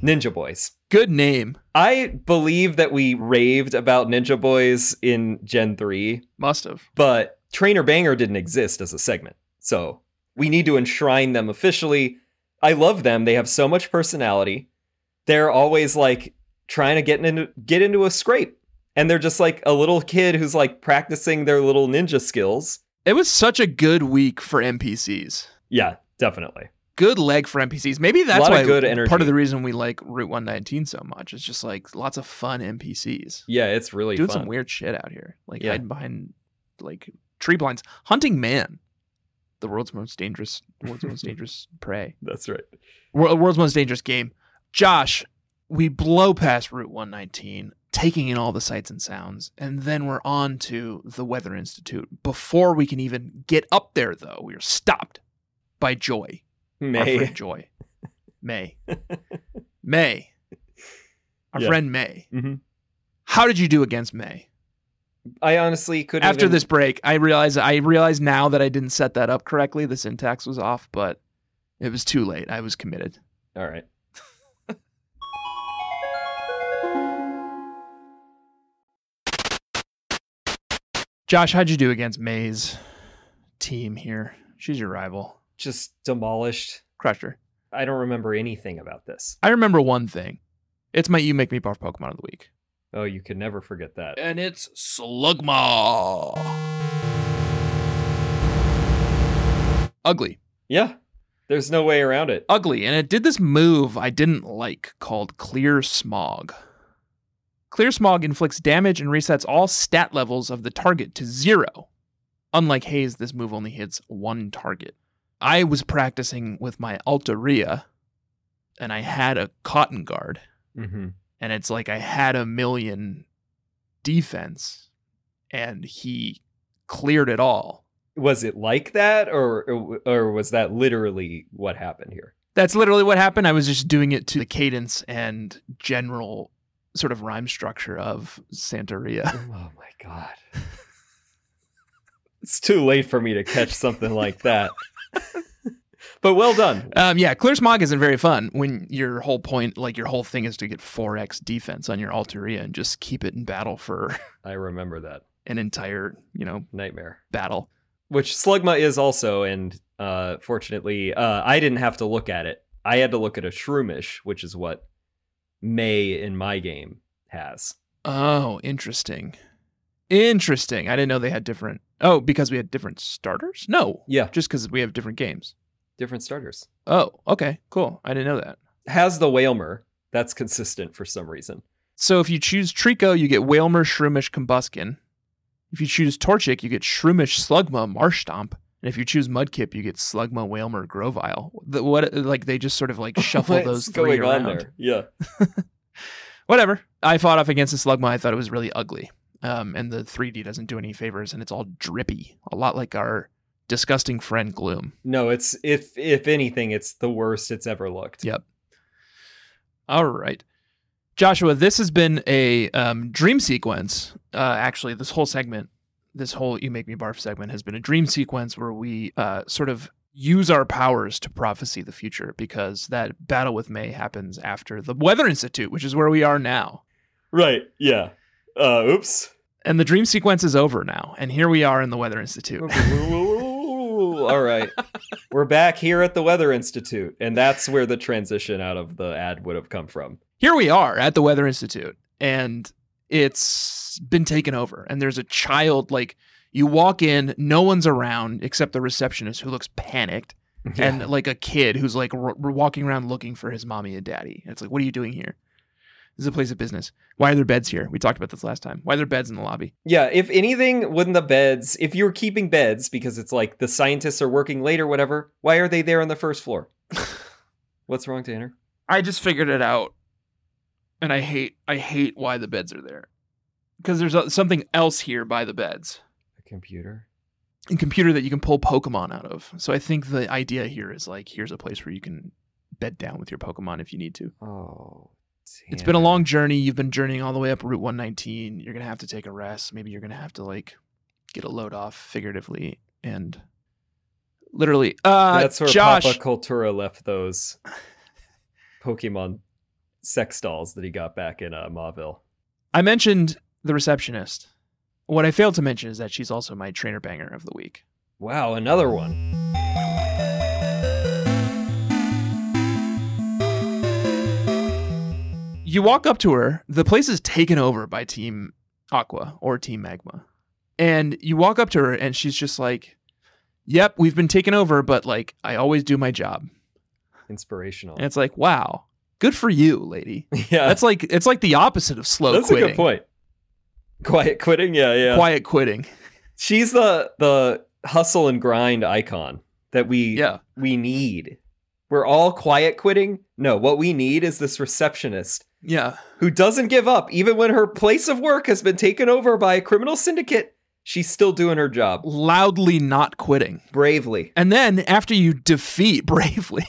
[SPEAKER 2] Ninja Boys.
[SPEAKER 1] Good name.
[SPEAKER 2] I believe that we raved about Ninja Boys in Gen 3,
[SPEAKER 1] Must have.
[SPEAKER 2] but Trainer Banger didn't exist as a segment. So we need to enshrine them officially. I love them. They have so much personality. They're always like trying to get into get into a scrape. And they're just like a little kid who's like practicing their little ninja skills.
[SPEAKER 1] It was such a good week for NPCs.
[SPEAKER 2] Yeah, definitely.
[SPEAKER 1] Good leg for NPCs. Maybe that's
[SPEAKER 2] Lot of
[SPEAKER 1] why
[SPEAKER 2] good energy.
[SPEAKER 1] part of the reason we like Route 119 so much is just like lots of fun NPCs
[SPEAKER 2] Yeah, it's really
[SPEAKER 1] doing
[SPEAKER 2] fun.
[SPEAKER 1] some weird shit out here, like
[SPEAKER 2] Yeah.
[SPEAKER 1] hiding behind like tree blinds, hunting man, the world's most dangerous, world's most dangerous prey,
[SPEAKER 2] That's right.
[SPEAKER 1] Wor- world's most dangerous game. Josh, we blow past Route 119, taking in all the sights and sounds, and then we're on to the Weather Institute. Before we can even get up there, though, we are stopped by Joy our
[SPEAKER 2] May.
[SPEAKER 1] friend Joy. May. May. Our
[SPEAKER 2] Yeah.
[SPEAKER 1] friend May.
[SPEAKER 2] Mhm.
[SPEAKER 1] How did you do against May?
[SPEAKER 2] I honestly couldn't.
[SPEAKER 1] After
[SPEAKER 2] even-
[SPEAKER 1] this break, I realize I realize now that I didn't set that up correctly. The syntax was off, but it was too late. I was committed.
[SPEAKER 2] All right.
[SPEAKER 1] Josh, how'd you do against May's team here? She's your rival.
[SPEAKER 2] Just demolished.
[SPEAKER 1] Crushed her.
[SPEAKER 2] I don't remember anything about this.
[SPEAKER 1] I remember one thing. It's my You Make Me Barf Pokemon of the Week.
[SPEAKER 2] Oh, you could never forget that.
[SPEAKER 1] And it's Slugma. Ugly.
[SPEAKER 2] Yeah. There's no way around it.
[SPEAKER 1] ugly and it did this move I didn't like called Clear Smog. Clear Smog inflicts damage and resets all stat levels of the target to zero. Unlike Haze, this move only hits one target. I was practicing with my Altaria and I had a Cotton Guard,
[SPEAKER 2] Mm-hmm.
[SPEAKER 1] and it's like I had a million defense and he cleared it all.
[SPEAKER 2] Was it like that, or, or was that literally what happened here?
[SPEAKER 1] That's literally what happened. I was just doing it to the cadence and general sort of rhyme structure of Santeria.
[SPEAKER 2] oh my god! It's too late for me to catch something like that. but well done.
[SPEAKER 1] Um, yeah, Clear Smog isn't very fun when your whole point, like your whole thing is to get 4x defense on your Altaria and just keep it in battle for
[SPEAKER 2] I remember that
[SPEAKER 1] an entire, you know,
[SPEAKER 2] nightmare,
[SPEAKER 1] battle.
[SPEAKER 2] which Slugma is also, and uh, fortunately, uh, I didn't have to look at it. I had to look at a Shroomish, which is what May in my game has.
[SPEAKER 1] Oh, interesting. Interesting. I didn't know they had different. Oh, because we had different starters? No,
[SPEAKER 2] Yeah,
[SPEAKER 1] just because we have different games.
[SPEAKER 2] different starters.
[SPEAKER 1] Oh, okay, cool. I didn't know that.
[SPEAKER 2] has the Whalmer. That's consistent for some reason.
[SPEAKER 1] So if you choose Trico, you get Whalmer, Shroomish, Combuskin. If you choose Torchic, you get Shroomish, Slugma, Marsh Stomp. And if you choose Mudkip, you get Slugma, Whalmer, Grovile. The, what like they just sort of like shuffle
[SPEAKER 2] What's
[SPEAKER 1] those three around.
[SPEAKER 2] Yeah.
[SPEAKER 1] Whatever. I fought off against the Slugma. I thought it was really ugly. Um, and the 3D doesn't do any favors, and it's all drippy, a lot like our disgusting friend Gloom.
[SPEAKER 2] No, it's if if anything, it's the worst it's ever looked.
[SPEAKER 1] Yeah. All right. Joshua, this has been a um, dream sequence. Uh, actually, this whole segment, this whole You Make Me Barf segment, has been a dream sequence where we uh, sort of use our powers to prophecy the future because that battle with May happens after the Weather Institute, which is where we are now.
[SPEAKER 2] Right. Yeah. Uh, oops.
[SPEAKER 1] And the dream sequence is over now. And here we are in the Weather Institute.
[SPEAKER 2] All right. We're back here at the Weather Institute, and that's where the transition out of the ad would have come from.
[SPEAKER 1] here we are at the Weather Institute, and it's been taken over. And there's a child, like, you walk in, no one's around except the receptionist who looks panicked, and like a kid who's like r- r- walking around looking for his mommy and daddy. And it's like, what are you doing here? This is a place of business. Why are there beds here? We talked about this last time. Why are there beds in the lobby?
[SPEAKER 2] Yeah, if anything, wouldn't the beds, if you were keeping beds because it's like the scientists are working late or whatever, why are they there on the first floor? What's wrong, Tanner?
[SPEAKER 1] I just figured it out, and I hate I hate why the beds are there because there's a, something else here by the beds.
[SPEAKER 2] A computer?
[SPEAKER 1] and computer that you can pull Pokemon out of. So I think the idea here is like here's a place where you can bed down with your Pokemon if you need to.
[SPEAKER 2] Oh,
[SPEAKER 1] It's been a long journey. You've been journeying all the way up Route 119. You're going to have to take a rest. Maybe you're going to have to like get a load off figuratively and literally. Uh,
[SPEAKER 2] That's where
[SPEAKER 1] Josh.
[SPEAKER 2] Papa Cultura left those Pokemon sex dolls that he got back in uh, Mauville.
[SPEAKER 1] I mentioned the receptionist. What I failed to mention is that she's also my trainer banger of the week.
[SPEAKER 2] Wow, another one.
[SPEAKER 1] You walk up to her. The place is taken over by Team Aqua or Team Magma. And you walk up to her, and she's just like, Yep, we've been taken over, but like, I always do my job.
[SPEAKER 2] Inspirational.
[SPEAKER 1] And it's like, Wow, good for you, lady.
[SPEAKER 2] yeah,
[SPEAKER 1] That's like, it's like the opposite of slow
[SPEAKER 2] Uh, that's
[SPEAKER 1] quitting.
[SPEAKER 2] a good point. Quiet quitting, yeah, yeah.
[SPEAKER 1] Quiet quitting.
[SPEAKER 2] She's the the hustle and grind icon that we
[SPEAKER 1] Yeah.
[SPEAKER 2] we need. We're all quiet quitting. No, what we need is this receptionist
[SPEAKER 1] Yeah.
[SPEAKER 2] who doesn't give up even when her place of work has been taken over by a criminal syndicate. She's still doing her job
[SPEAKER 1] Loudly not quitting.
[SPEAKER 2] bravely.
[SPEAKER 1] And then after you defeat bravely,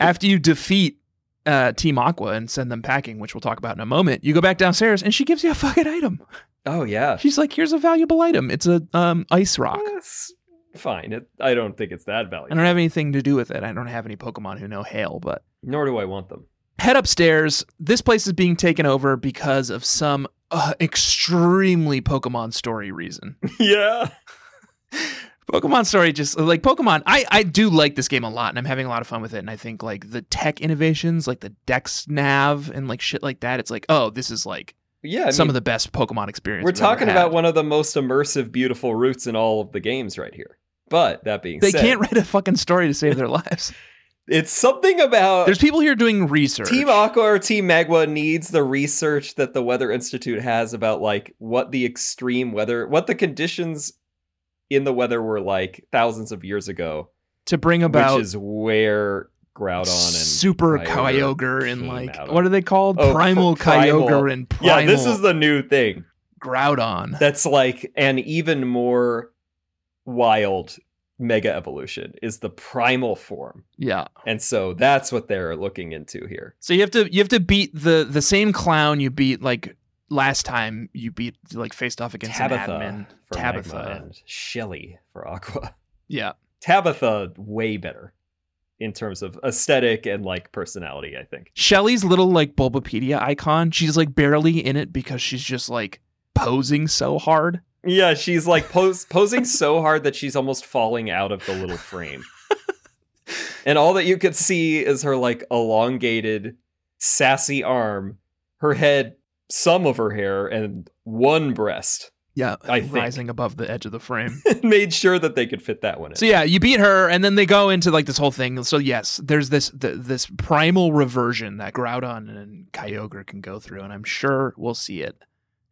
[SPEAKER 1] after you defeat uh, Team Aqua and send them packing, which we'll talk about in a moment, you go back downstairs and she gives you a fucking item.
[SPEAKER 2] Oh yeah.
[SPEAKER 1] She's like, "Here's a valuable item. It's a um, ice rock.
[SPEAKER 2] That's fine. It, I don't think it's that
[SPEAKER 1] I
[SPEAKER 2] valuable.
[SPEAKER 1] don't have anything to do with it. I don't have any Pokemon who know hail, but."
[SPEAKER 2] Nor do I want them.
[SPEAKER 1] Head upstairs. This place is being taken over because of some uh, extremely Pokemon story reason.
[SPEAKER 2] yeah.
[SPEAKER 1] Pokemon Story just like Pokemon. I I do like this game a lot, and I'm having a lot of fun with it. And I think like the tech innovations, like the Dex Nav and like shit like that. It's like, oh, this is like
[SPEAKER 2] Yeah.
[SPEAKER 1] some of the best Pokemon experience.
[SPEAKER 2] We're
[SPEAKER 1] we've ever
[SPEAKER 2] talking about
[SPEAKER 1] had.
[SPEAKER 2] one of the most immersive, beautiful routes in all of the games right here. But that being
[SPEAKER 1] They
[SPEAKER 2] said,
[SPEAKER 1] can't write a fucking story to save their lives.
[SPEAKER 2] it's something about
[SPEAKER 1] There's people here doing research.
[SPEAKER 2] Team Aqua or Team Magua needs the research that the Weather Institute has about like what the extreme weather, what the conditions in the weather were like thousands of years ago,
[SPEAKER 1] to bring about
[SPEAKER 2] which is where Groudon and
[SPEAKER 1] super
[SPEAKER 2] Kyogre
[SPEAKER 1] Kyogre and
[SPEAKER 2] came
[SPEAKER 1] like
[SPEAKER 2] out of.
[SPEAKER 1] what are they called?
[SPEAKER 2] Oh,
[SPEAKER 1] primal
[SPEAKER 2] primal.
[SPEAKER 1] Kyogre and
[SPEAKER 2] yeah,
[SPEAKER 1] primal
[SPEAKER 2] this is the new thing.
[SPEAKER 1] Groudon.
[SPEAKER 2] That's like an even more wild mega evolution is the primal form.
[SPEAKER 1] yeah.
[SPEAKER 2] And so that's what they're looking into here.
[SPEAKER 1] So you have to you have to beat the the same clown you beat like last time you beat like faced off against
[SPEAKER 2] Tabitha
[SPEAKER 1] an admin.
[SPEAKER 2] for
[SPEAKER 1] Tabitha.
[SPEAKER 2] Magma and Shelly for Aqua.
[SPEAKER 1] Yeah.
[SPEAKER 2] Tabitha way better in terms of aesthetic and like personality, I think.
[SPEAKER 1] Shelly's little like Bulbapedia icon, she's like barely in it because she's just like posing so hard.
[SPEAKER 2] Yeah, she's like pos- posing so hard that she's almost falling out of the little frame. and all that you could see is her like elongated, sassy arm, her head, some of her hair, and one breast.
[SPEAKER 1] Yeah.
[SPEAKER 2] I think.
[SPEAKER 1] rising above the edge of the frame.
[SPEAKER 2] Made sure that they could fit that one in.
[SPEAKER 1] so yeah, you beat her and then they go into like this whole thing. So yes, there's this th- this primal reversion that Groudon and Kyogre can go through and I'm sure we'll see it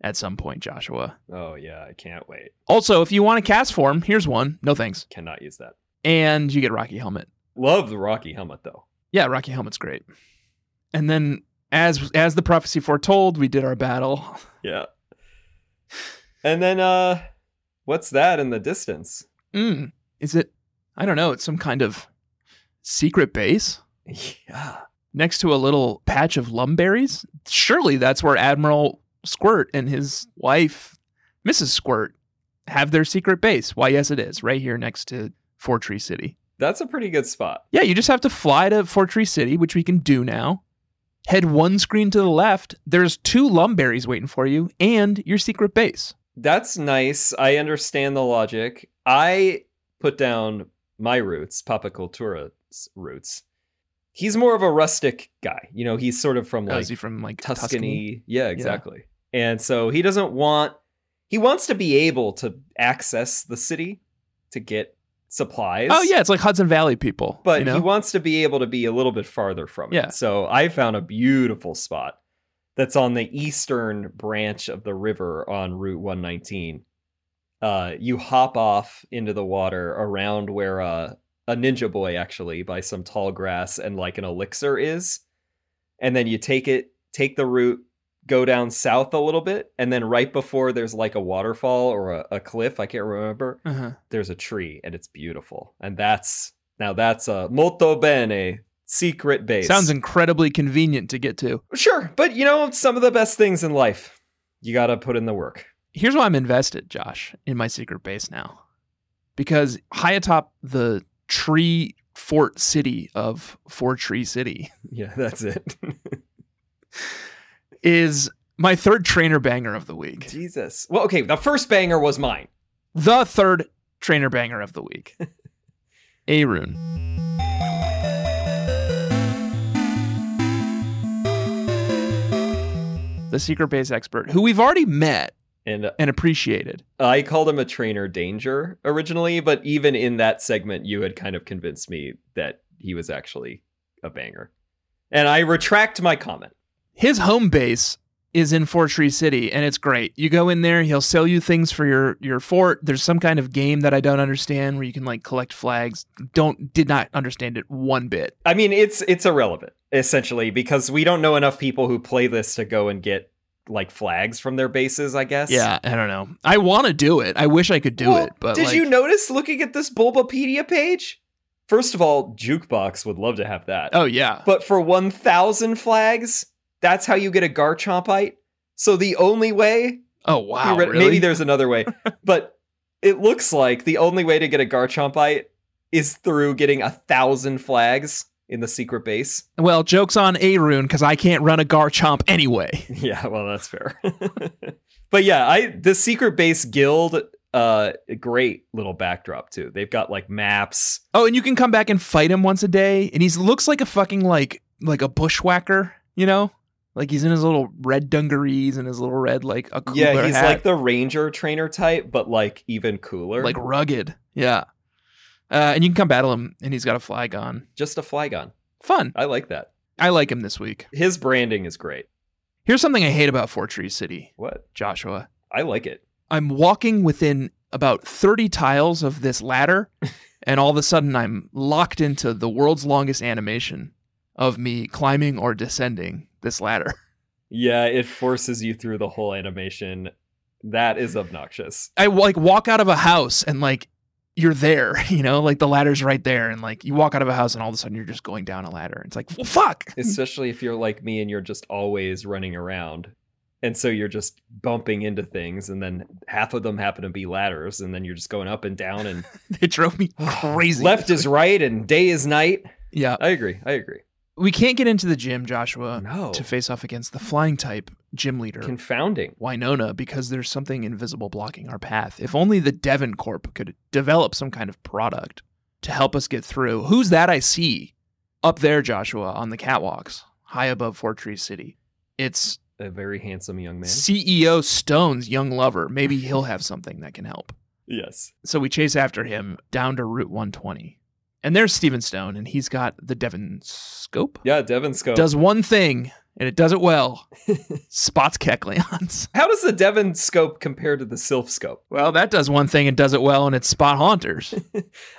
[SPEAKER 1] at some point, Joshua.
[SPEAKER 2] oh yeah, I can't wait.
[SPEAKER 1] Also, if you want a cast form, here's one. No thanks.
[SPEAKER 2] Cannot use that.
[SPEAKER 1] and you get Rocky Helmet.
[SPEAKER 2] Love the Rocky helmet though.
[SPEAKER 1] Yeah, Rocky Helmet's great. And then as as the prophecy foretold, we did our battle.
[SPEAKER 2] Yeah. And then uh what's that in the distance?
[SPEAKER 1] Mm, is it I don't know, it's some kind of secret base
[SPEAKER 2] Yeah.
[SPEAKER 1] next to a little patch of lumberries. Surely that's where Admiral Squirt and his wife, Mrs. Squirt, have their secret base. Why yes it is, right here next to Four Tree City.
[SPEAKER 2] That's a pretty good spot.
[SPEAKER 1] Yeah, you just have to fly to Fort Tree City, which we can do now. Head one screen to the left. There's two lumberries waiting for you and your secret base.
[SPEAKER 2] That's nice. I understand the logic. I put down my roots, Papa Cultura's roots. He's more of a rustic guy. You know, he's sort of from
[SPEAKER 1] oh,
[SPEAKER 2] like
[SPEAKER 1] is he from like
[SPEAKER 2] Tuscany.
[SPEAKER 1] Tuscany?
[SPEAKER 2] Yeah, exactly. And so he doesn't want he wants to be able to access the city to get supplies.
[SPEAKER 1] Oh yeah, it's like Hudson Valley people.
[SPEAKER 2] but
[SPEAKER 1] you know?
[SPEAKER 2] he wants to be able to be a little bit farther from
[SPEAKER 1] Yeah.
[SPEAKER 2] it. So I found a beautiful spot that's on the eastern branch of the river on Route 119. Uh, you hop off into the water around where uh, a ninja boy actually by some tall grass and like an elixir is, and then you take it, take the route, go down south a little bit, and then right before there's like a waterfall or a, a cliff, I can't remember
[SPEAKER 1] Uh-huh.
[SPEAKER 2] there's a tree and it's beautiful. And that's now that's a molto bene secret base.
[SPEAKER 1] Sounds incredibly convenient to get to.
[SPEAKER 2] sure, but you know some of the best things in life, you gotta put in the work.
[SPEAKER 1] Here's why I'm invested, Josh, in my secret base now. Because high atop the tree fort city of Four Tree City
[SPEAKER 2] Yeah, that's it.
[SPEAKER 1] is my third trainer banger of the week.
[SPEAKER 2] Jesus. Well, okay, the first banger was mine.
[SPEAKER 1] The third trainer banger of the week. Arun. The secret base expert, who we've already met
[SPEAKER 2] And
[SPEAKER 1] and appreciated.
[SPEAKER 2] I called him a trainer danger originally, but even in that segment, you had kind of convinced me that he was actually a banger. And I retract my comment.
[SPEAKER 1] his home base is in Fort Tree City, and it's great. You go in there, he'll sell you things for your your fort. There's some kind of game that I don't understand where you can like collect flags. Don't did not understand it one bit.
[SPEAKER 2] I mean, it's it's irrelevant essentially because we don't know enough people who play this to go and get like flags from their bases. I guess.
[SPEAKER 1] Yeah, I don't know. I want to do it. I wish I could do
[SPEAKER 2] Well,
[SPEAKER 1] it, but
[SPEAKER 2] did
[SPEAKER 1] like,
[SPEAKER 2] you notice looking at this Bulbapedia page? First of all, Jukebox would love to have that.
[SPEAKER 1] Oh yeah,
[SPEAKER 2] But for 1,000 flags, that's how you get a Garchompite. So the only way
[SPEAKER 1] oh wow,
[SPEAKER 2] You read-
[SPEAKER 1] really?
[SPEAKER 2] Maybe there's another way, but it looks like the only way to get a Garchompite is through getting a thousand flags in the secret base.
[SPEAKER 1] well, jokes on Arun because I can't run a Garchomp anyway.
[SPEAKER 2] Yeah, well, that's fair. but yeah, I the secret base guild, uh, great little backdrop too. They've got like maps.
[SPEAKER 1] Oh, and you can come back and fight him once a day, and he looks like a fucking like like a bushwhacker, you know. Like he's in his little red dungarees and his little red like a
[SPEAKER 2] yeah, he's like the ranger trainer type, but like even cooler.
[SPEAKER 1] like rugged. Yeah. Uh, and you can come battle him, and he's got a flag on.
[SPEAKER 2] just a flagon.
[SPEAKER 1] Fun.
[SPEAKER 2] I like that.
[SPEAKER 1] I like him this week.
[SPEAKER 2] His branding is great.
[SPEAKER 1] Here's something I hate about Four Trees City,
[SPEAKER 2] What?
[SPEAKER 1] Joshua.
[SPEAKER 2] I like it.
[SPEAKER 1] I'm walking within about 30 tiles of this ladder, and all of a sudden I'm locked into the world's longest animation of me climbing or descending this ladder.
[SPEAKER 2] Yeah, it forces you through the whole animation. That is obnoxious.
[SPEAKER 1] I like walk out of a house and like you're there, you know, like the ladder's right there, and like you walk out of a house and all of a sudden you're just going down a ladder. It's like, well, fuck.
[SPEAKER 2] Especially if you're like me and you're just always running around. And so you're just bumping into things, and then half of them happen to be ladders, and then you're just going up and down and
[SPEAKER 1] It drove me crazy.
[SPEAKER 2] left is right and day is night.
[SPEAKER 1] yeah.
[SPEAKER 2] I agree. I agree.
[SPEAKER 1] We can't get into the gym, Joshua,
[SPEAKER 2] No.
[SPEAKER 1] Uh, to face off against the flying type gym leader,
[SPEAKER 2] Confounding.
[SPEAKER 1] Winona, because there's something invisible blocking our path. If only the Devon Corp could develop some kind of product to help us get through. Who's that I see up there, Joshua, on the catwalks, high above Fort Tree City? It's
[SPEAKER 2] A very handsome young man.
[SPEAKER 1] CEO E Stone's young lover. Maybe he'll have something that can help.
[SPEAKER 2] Yes.
[SPEAKER 1] So we chase after him down to Route 120. And there's Steven Stone, and he's got the Devon scope
[SPEAKER 2] Yeah, Devon Scope.
[SPEAKER 1] does one thing and it does it well spots Kecleons.
[SPEAKER 2] How does the Devon Scope compare to the Sylph Scope?
[SPEAKER 1] Well, that does one thing and does it well and it's spot haunters.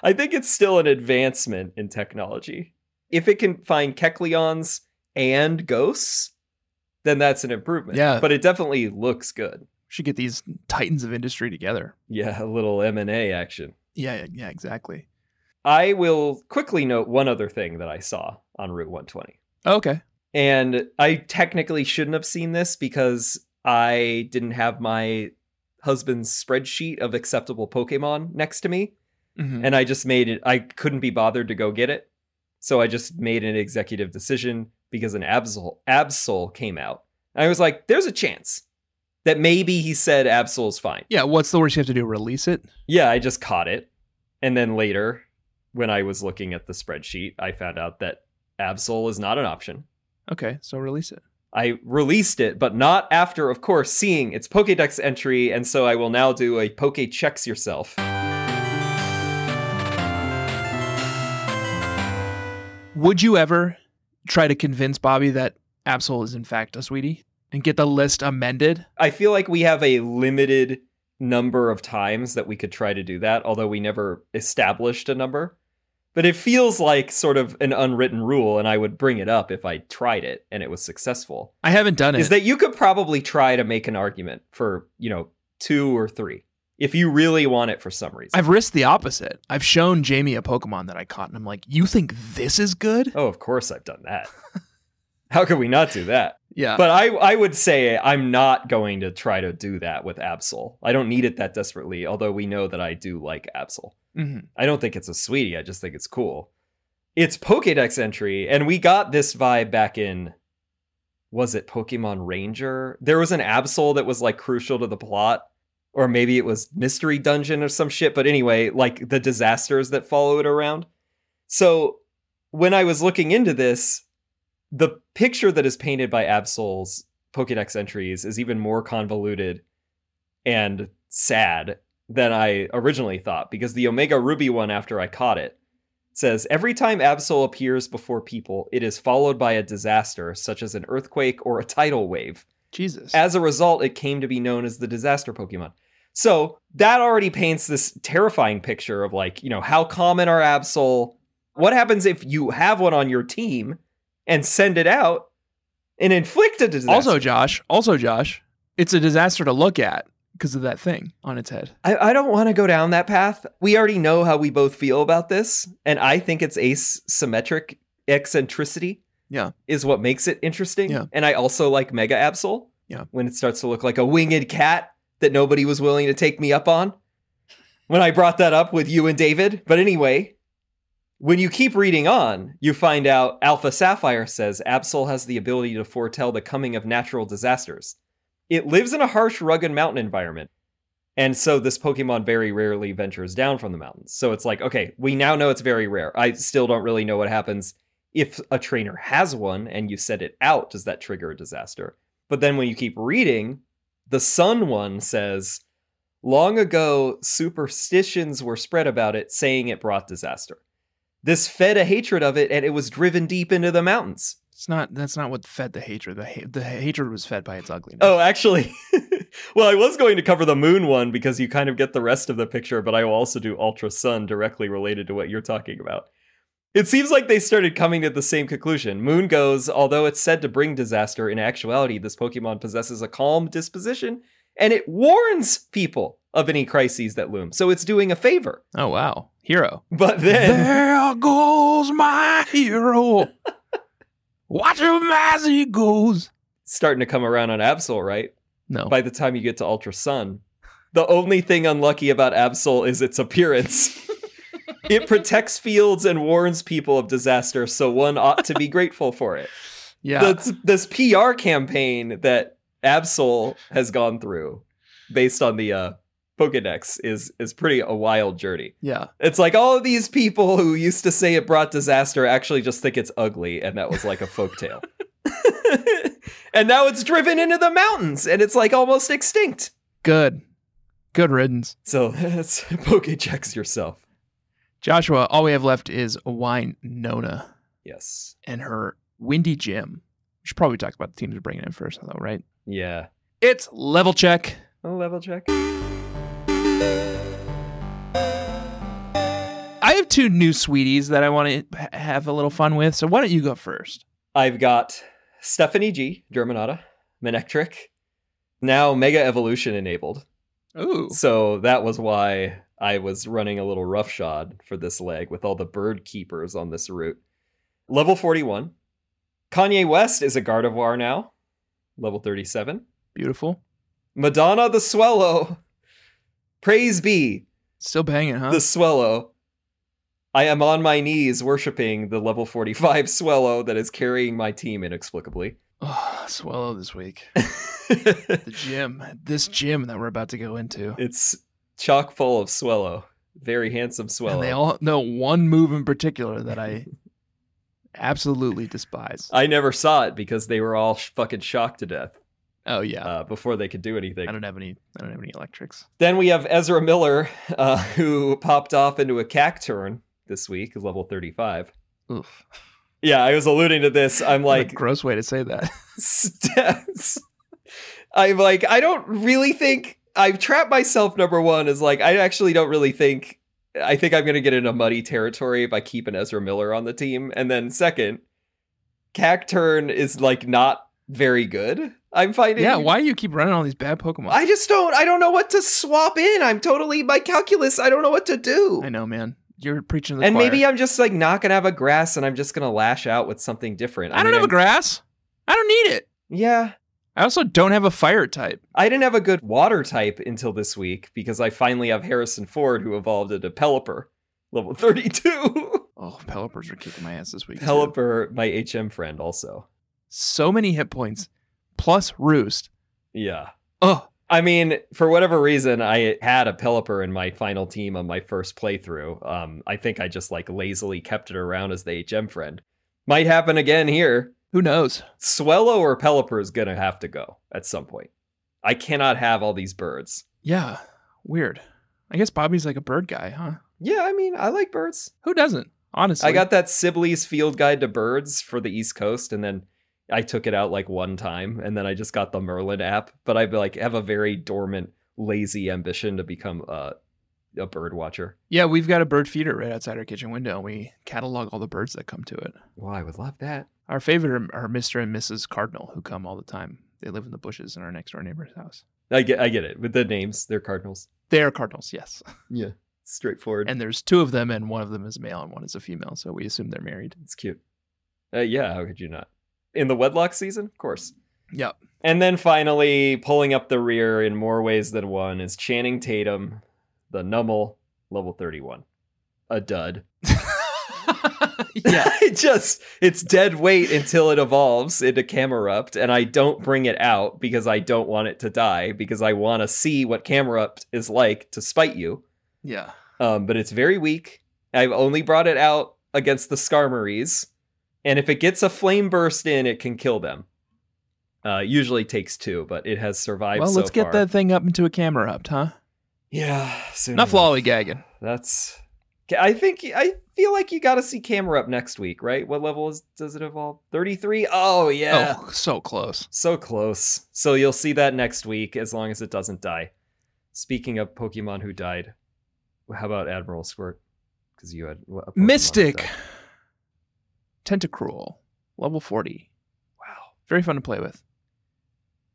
[SPEAKER 2] I think it's still an advancement in technology. If it can find Kecleons and ghosts, then that's an improvement.
[SPEAKER 1] Yeah.
[SPEAKER 2] But it definitely looks good.
[SPEAKER 1] Should get these titans of industry together.
[SPEAKER 2] Yeah, a little M&A action.
[SPEAKER 1] Yeah, yeah, yeah, exactly.
[SPEAKER 2] I will quickly note one other thing that I saw on Route 120.
[SPEAKER 1] Okay.
[SPEAKER 2] And I technically shouldn't have seen this because I didn't have my husband's spreadsheet of acceptable Pokemon next to me.
[SPEAKER 1] Mhm.
[SPEAKER 2] and I just made it. I couldn't be bothered to go get it, so I just made an executive decision because an Absol Absol came out. And I was like, "There's a chance that maybe he said Absol's fine."
[SPEAKER 1] Yeah, what's the worst you have to do? Release it?
[SPEAKER 2] Yeah, I just caught it, and then later, when I was looking at the spreadsheet, I found out that Absol is not an option.
[SPEAKER 1] Okay, so release it.
[SPEAKER 2] I released it, but not after, of course, seeing its Pokedex entry, and so I will now do a Poke Checks Yourself.
[SPEAKER 1] Would you ever try to convince Bobby that Absol is in fact a sweetie and get the list amended?
[SPEAKER 2] I feel like we have a limited number of times that we could try to do that, although we never established a number. But it feels like sort of an unwritten rule, and I would bring it up if I tried it and it was successful.
[SPEAKER 1] I haven't done it.
[SPEAKER 2] Is that you could probably try to make an argument for, you know, two or three. if you really want it for some reason.
[SPEAKER 1] I've risked the opposite. I've shown Jamie a Pokemon that I caught, and I'm like, "You think this is good?"
[SPEAKER 2] oh, of course I've done that. How could we not do that?
[SPEAKER 1] Yeah,
[SPEAKER 2] But I, I would say I'm not going to try to do that with Absol. I don't need it that desperately, although we know that I do like Absol.
[SPEAKER 1] hmm
[SPEAKER 2] I don't think it's a sweetie. I just think it's cool. It's Pokedex entry, and we got this vibe back in. Was it Pokemon Ranger? There was an Absol that was like crucial to the plot, or maybe it was Mystery Dungeon or some shit. But anyway, like the disasters that follow it around. So when I was looking into this, the picture that is painted by Absol's Pokedex entries is even more convoluted and sad than I originally thought because the Omega Ruby one after I caught it says every time Absol appears before people, it is followed by a disaster such as an earthquake or a tidal wave.
[SPEAKER 1] Jesus.
[SPEAKER 2] As a result, it came to be known as the disaster Pokemon. So that already paints this terrifying picture of like, you know, how common are Absol? What happens if you have one on your team and send it out and inflict a disaster?
[SPEAKER 1] also, Josh. Also, Josh. It's a disaster to look at because of that thing on its head.
[SPEAKER 2] I, I don't want to go down that path. We already know how we both feel about this, and I think it's asymmetric eccentricity.
[SPEAKER 1] Yeah.
[SPEAKER 2] Is what makes it interesting.
[SPEAKER 1] Yeah.
[SPEAKER 2] And I also like Mega Absol.
[SPEAKER 1] Yeah.
[SPEAKER 2] When it starts to look like a winged cat that nobody was willing to take me up on. When I brought that up with you and David. But anyway, when you keep reading on, you find out Alpha Sapphire says Absol has the ability to foretell the coming of natural disasters. It lives in a harsh, rugged mountain environment. And so this Pokemon very rarely ventures down from the mountains. So it's like, okay, we now know it's very rare. I still don't really know what happens if a trainer has one and you set it out. Does that trigger a disaster? But then when you keep reading, the Sun one says, long ago, superstitions were spread about it, saying it brought disaster. This fed a hatred of it and it was driven deep into the mountains.
[SPEAKER 1] It's not. That's not what fed the hatred. The ha- the hatred was fed by its ugliness.
[SPEAKER 2] Oh, actually, well, I was going to cover the moon one because you kind of get the rest of the picture, but I will also do Ultra Sun directly related to what you're talking about. It seems like they started coming to the same conclusion. Moon goes, although it's said to bring disaster, in actuality, this Pokemon possesses a calm disposition and it warns people of any crises that loom. So it's doing a favor.
[SPEAKER 1] Oh, wow, hero.
[SPEAKER 2] But then.
[SPEAKER 1] there goes my hero. Watch him as he goes.
[SPEAKER 2] Starting to come around on Absol, right?
[SPEAKER 1] No.
[SPEAKER 2] By the time you get to Ultra Sun, the only thing unlucky about Absol is its appearance. it protects fields and warns people of disaster, so one ought to be grateful for it.
[SPEAKER 1] yeah.
[SPEAKER 2] That's- This, PR campaign that Absol has gone through, based on the uh, Pokedex, is is pretty a wild journey.
[SPEAKER 1] yeah.
[SPEAKER 2] It's like all of these people who used to say it brought disaster actually just think it's ugly, and that was like a folktale. and now it's driven into the mountains, and it's like almost extinct.
[SPEAKER 1] Good. Good riddance.
[SPEAKER 2] So that's Pokedex yourself.
[SPEAKER 1] Joshua, all we have left is Wine Nona
[SPEAKER 2] Yes.
[SPEAKER 1] and her Windy Gym. We should probably talk about the teams we're bringing in first, though, right?
[SPEAKER 2] Yeah.
[SPEAKER 1] It's Level Check.
[SPEAKER 2] A level check.
[SPEAKER 1] I have two new sweeties that I want to have a little fun with. So why don't you go first?
[SPEAKER 2] I've got Stephanie G, Germanata, Manectric, now Mega Evolution enabled.
[SPEAKER 1] Ooh.
[SPEAKER 2] So that was why I was running a little roughshod for this leg with all the bird keepers on this route. Level 41. Kanye West is a Gardevoir now. Level 37.
[SPEAKER 1] Beautiful.
[SPEAKER 2] Madonna the Swellow. Praise be
[SPEAKER 1] Still banging, huh?
[SPEAKER 2] the Swellow. I am on my knees worshiping the level 45 Swellow that is carrying my team inexplicably.
[SPEAKER 1] oh, swallow this week. The gym. This gym that we're about to go into.
[SPEAKER 2] it's chock full of Swellow. Very handsome Swellow.
[SPEAKER 1] And they all know one move in particular that I absolutely despise.
[SPEAKER 2] I never saw it because they were all sh- fucking shocked to death
[SPEAKER 1] Oh yeah.
[SPEAKER 2] uh, before they could do anything.
[SPEAKER 1] I don't have any I don't have any electrics.
[SPEAKER 2] Then we have Ezra Miller, uh, who popped off into a Cacturn this week, level 35.
[SPEAKER 1] Oof.
[SPEAKER 2] Yeah, I was alluding to this. I'm
[SPEAKER 1] What a
[SPEAKER 2] like,
[SPEAKER 1] gross way to say that.
[SPEAKER 2] stats. I'm like, I don't really think I've trapped myself. Number one is like, I actually don't really think. I think I'm going to get into muddy territory if I keep an Ezra Miller on the team. And then second, Cacturn is like not very good. I'm finding.
[SPEAKER 1] Yeah, why do you keep running all these bad Pokemon?
[SPEAKER 2] I just don't. I don't know what to swap in. I'm totally my calculus. I don't know what to do.
[SPEAKER 1] I know, man. You're preaching to the
[SPEAKER 2] And
[SPEAKER 1] choir.
[SPEAKER 2] maybe I'm just like not gonna have a grass, and I'm just gonna lash out with something different.
[SPEAKER 1] I don't have a
[SPEAKER 2] mean,
[SPEAKER 1] grass. I don't need it.
[SPEAKER 2] I'm- Yeah,
[SPEAKER 1] I also don't have a fire type.
[SPEAKER 2] I didn't have a good water type until this week because I finally have Harrison Ford, who evolved into Pelipper, level 32.
[SPEAKER 1] Oh, Pelipper's are kicking my ass this week. too.
[SPEAKER 2] Pelipper, my HM friend, also.
[SPEAKER 1] So many hit points, plus Roost.
[SPEAKER 2] Yeah.
[SPEAKER 1] Oh,
[SPEAKER 2] I mean, for whatever reason, I had a Pelipper in my final team on my first playthrough. Um, I think I just like lazily kept it around as the HM friend. Might happen again here.
[SPEAKER 1] who knows?
[SPEAKER 2] Swellow or Pelipper is gonna have to go at some point. I cannot have all these birds.
[SPEAKER 1] Yeah, weird. I guess Bobby's like a bird guy, huh?
[SPEAKER 2] Yeah, I mean, I like birds.
[SPEAKER 1] Who doesn't? Honestly,
[SPEAKER 2] I got that Sibley's Field Guide to Birds for the East Coast, and then I took it out like one time, and then I just got the Merlin app. But I like have a very dormant, lazy ambition to become a a bird watcher.
[SPEAKER 1] Yeah, we've got a bird feeder right outside our kitchen window. and We catalog all the birds that come to it.
[SPEAKER 2] Well, I would love that.
[SPEAKER 1] Our favorite are, are Mr. and Mrs. Cardinal, who come all the time. They live in the bushes in our next door neighbor's house.
[SPEAKER 2] I get, I get it. With the names, they're cardinals.
[SPEAKER 1] They are cardinals, yes.
[SPEAKER 2] Yeah, straightforward.
[SPEAKER 1] And there's two of them, and one of them is male and one is a female. So we assume they're married.
[SPEAKER 2] it's cute. Uh, yeah, how could you not? In the wedlock season, of course.
[SPEAKER 1] Yep.
[SPEAKER 2] And then finally, pulling up the rear in more ways than one is Channing Tatum, the Nummel, level 31. A dud.
[SPEAKER 1] yeah.
[SPEAKER 2] it just, it's dead weight until it evolves into Camerupt, and I don't bring it out because I don't want it to die, because I want to see what Camerupt is like to spite you.
[SPEAKER 1] Yeah.
[SPEAKER 2] Um, but it's very weak. I've only brought it out against the Skarmories, and if it gets a flame burst in, it can kill them. Uh, usually takes two, but it has survived.
[SPEAKER 1] well,
[SPEAKER 2] so
[SPEAKER 1] let's get
[SPEAKER 2] far.
[SPEAKER 1] that thing up into a camera up, huh?
[SPEAKER 2] Yeah, soon
[SPEAKER 1] Enough
[SPEAKER 2] enough.
[SPEAKER 1] lollygagging.
[SPEAKER 2] That's. I think I feel like you got to see camera up next week, right? What level is, does it evolve? Thirty three. Oh yeah,
[SPEAKER 1] Oh, so close.
[SPEAKER 2] so close. So you'll see that next week, as long as it doesn't die. Speaking of Pokemon who died, how about Admiral Squirt? Because you had a Pokemon who
[SPEAKER 1] Mystic.
[SPEAKER 2] died.
[SPEAKER 1] Tentacruel, level 40.
[SPEAKER 2] Wow.
[SPEAKER 1] Very fun to play with.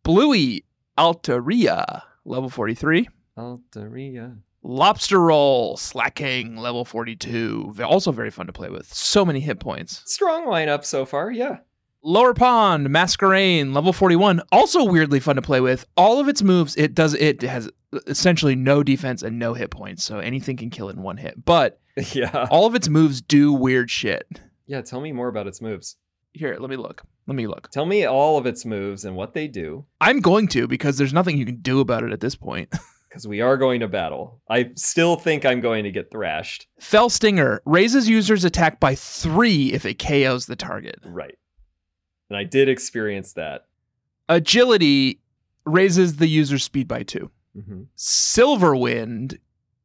[SPEAKER 1] Bluey Altaria, level 43.
[SPEAKER 2] Altaria.
[SPEAKER 1] Lobster Roll, Slacking, level 42. V- Also very fun to play with. So many hit points.
[SPEAKER 2] Strong lineup so far, yeah.
[SPEAKER 1] Lower Pond, Masquerain, level 41. Also weirdly fun to play with. All of its moves, it does it has essentially no defense and no hit points, so anything can kill it in one hit. But
[SPEAKER 2] Yeah.
[SPEAKER 1] all of its moves do weird shit.
[SPEAKER 2] Yeah, tell me more about its moves.
[SPEAKER 1] Here, let me look. Let me look.
[SPEAKER 2] Tell me all of its moves and what they do,
[SPEAKER 1] I'm going to because there's nothing you can do about it at this point.
[SPEAKER 2] because we are going to battle. I still think I'm going to get thrashed.
[SPEAKER 1] Fell Stinger raises user's attack by three if it KOs the target.
[SPEAKER 2] Right. And I did experience that.
[SPEAKER 1] Agility raises the user's speed by two.
[SPEAKER 2] Mm-hmm.
[SPEAKER 1] Silverwind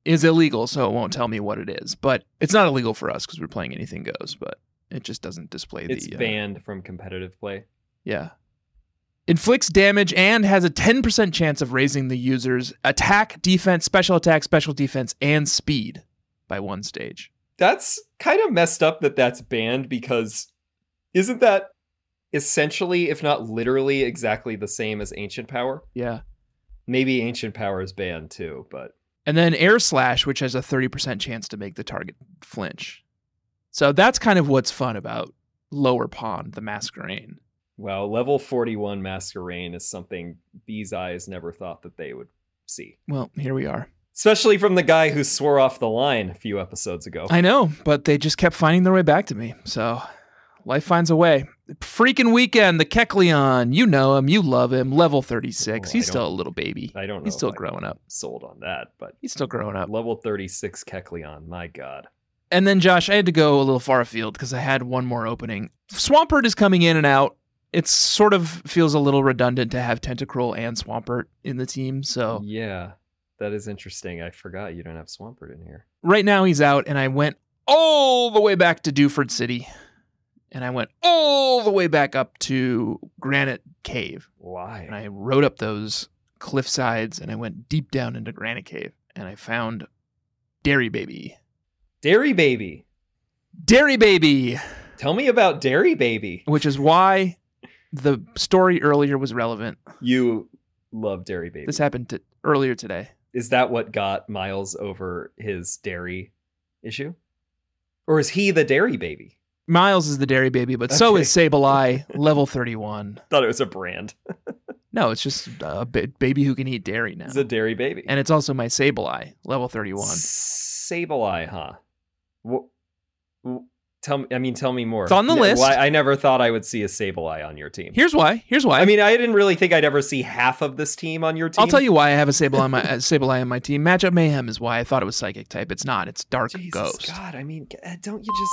[SPEAKER 1] is illegal, so it won't tell me what it is. But it's not illegal for us because we're playing anything goes. But it just doesn't display the.
[SPEAKER 2] It's
[SPEAKER 1] uh,
[SPEAKER 2] banned from competitive play.
[SPEAKER 1] yeah. Inflicts damage and has a 10% chance of raising the user's attack, defense, special attack, special defense, and speed by one stage.
[SPEAKER 2] That's kind of messed up that that's banned because isn't that essentially, if not literally, exactly the same as Ancient Power?
[SPEAKER 1] Yeah.
[SPEAKER 2] Maybe Ancient Power is banned too, but
[SPEAKER 1] And then Air Slash, which has a 30% chance to make the target flinch. So that's kind of what's fun about Lower Pond, the Masquerain.
[SPEAKER 2] Wow, level 41 Masquerain is something these eyes never thought that they would see.
[SPEAKER 1] Well, here we are.
[SPEAKER 2] Especially from the guy who swore off the line a few episodes ago.
[SPEAKER 1] I know, but they just kept finding their way back to me. So life finds a way. Freaking weekend, the Kecleon. You know him, you love him. Level 36.
[SPEAKER 2] Oh, I
[SPEAKER 1] He's still a
[SPEAKER 2] don't-
[SPEAKER 1] little baby.
[SPEAKER 2] I don't know.
[SPEAKER 1] He's
[SPEAKER 2] if
[SPEAKER 1] still
[SPEAKER 2] I'm
[SPEAKER 1] growing up.
[SPEAKER 2] Sold on that, but uh,
[SPEAKER 1] He's still growing up.
[SPEAKER 2] level 36 Kecleon, my god.
[SPEAKER 1] And then Josh, I had to go a little far afield because I had one more opening. Swampert is coming in and out. It sort of feels a little redundant to have Tentacruel and Swampert in the team.
[SPEAKER 2] Mm.
[SPEAKER 1] So
[SPEAKER 2] Yeah, that is interesting. I forgot you don't have Swampert in here.
[SPEAKER 1] right now he's out, and I went all the way back to Duford City, and I went all the way back up to Granite Cave,
[SPEAKER 2] Why?
[SPEAKER 1] and I rode up those cliff sides, and I went deep down into Granite Cave, and I found Dairy Baby.
[SPEAKER 2] Dairy Baby.
[SPEAKER 1] Dairy Baby.
[SPEAKER 2] Tell me about Dairy Baby.
[SPEAKER 1] which is why the story earlier was relevant.
[SPEAKER 2] You love dairy baby.
[SPEAKER 1] This happened to, earlier today.
[SPEAKER 2] Is that what got Miles over his dairy issue? Or is he the dairy baby?
[SPEAKER 1] Miles is the dairy baby, but so
[SPEAKER 2] Okay.
[SPEAKER 1] is Sableye, level 31.
[SPEAKER 2] Thought it was a brand.
[SPEAKER 1] No, it's just a ba- baby who can eat dairy now.
[SPEAKER 2] It's a dairy baby.
[SPEAKER 1] and it's also my Sableye, level 31.
[SPEAKER 2] Sableye, huh? Wh- wh- Tell me, I mean, tell me more.
[SPEAKER 1] It's on the
[SPEAKER 2] N-
[SPEAKER 1] list.
[SPEAKER 2] Why I never thought I would see a Sableye on your team.
[SPEAKER 1] Here's why. Here's why.
[SPEAKER 2] I mean, I didn't really think I'd ever see half of this team on your team.
[SPEAKER 1] I'll tell you why I have a Sableye on my uh, Sableye on my team. Matchup mayhem is why I thought it was psychic type. It's not. It's dark
[SPEAKER 2] Jesus
[SPEAKER 1] ghost.
[SPEAKER 2] God, I mean, g- uh, don't you just?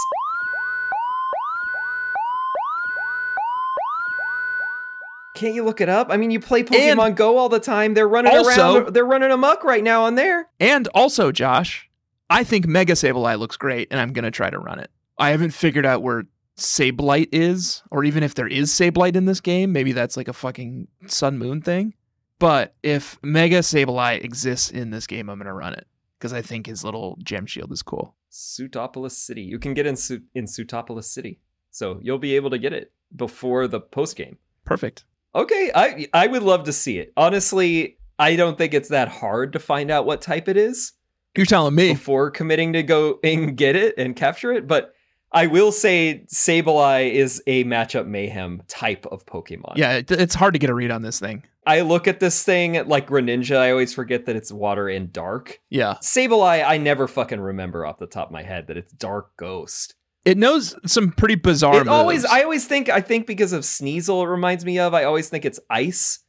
[SPEAKER 2] Can't you look it up? I mean, you play
[SPEAKER 1] And-
[SPEAKER 2] Pokemon Go all the time. They're running
[SPEAKER 1] Also-
[SPEAKER 2] around. They're running amok right now on there.
[SPEAKER 1] And also, Josh, I think Mega Sableye looks great, and I'm gonna try to run it. I haven't figured out where Sablite is, or even if there is Sablite in this game. Maybe that's like a fucking Sun Moon thing. But if Mega Sableye exists in this game, I'm gonna run it because I think his little gem shield is cool.
[SPEAKER 2] Sutopolis City. You can get in Su- in Sutopolis City, so you'll be able to get it before the post game.
[SPEAKER 1] Perfect.
[SPEAKER 2] Okay, I I would love to see it. Honestly, I don't think it's that hard to find out what type it is
[SPEAKER 1] You're telling me.
[SPEAKER 2] before committing to go and get it and capture it. But I will say Sableye is a matchup mayhem type of Pokemon.
[SPEAKER 1] Yeah, it, it's hard to get a read on this thing.
[SPEAKER 2] I look at this thing like Greninja, I always forget that it's water and dark.
[SPEAKER 1] Yeah.
[SPEAKER 2] Sableye, I never fucking remember off the top of my head that it's dark ghost.
[SPEAKER 1] It knows some pretty bizarre
[SPEAKER 2] it always
[SPEAKER 1] moves.
[SPEAKER 2] I always think I think because of Sneasel it reminds me of I always think it's ice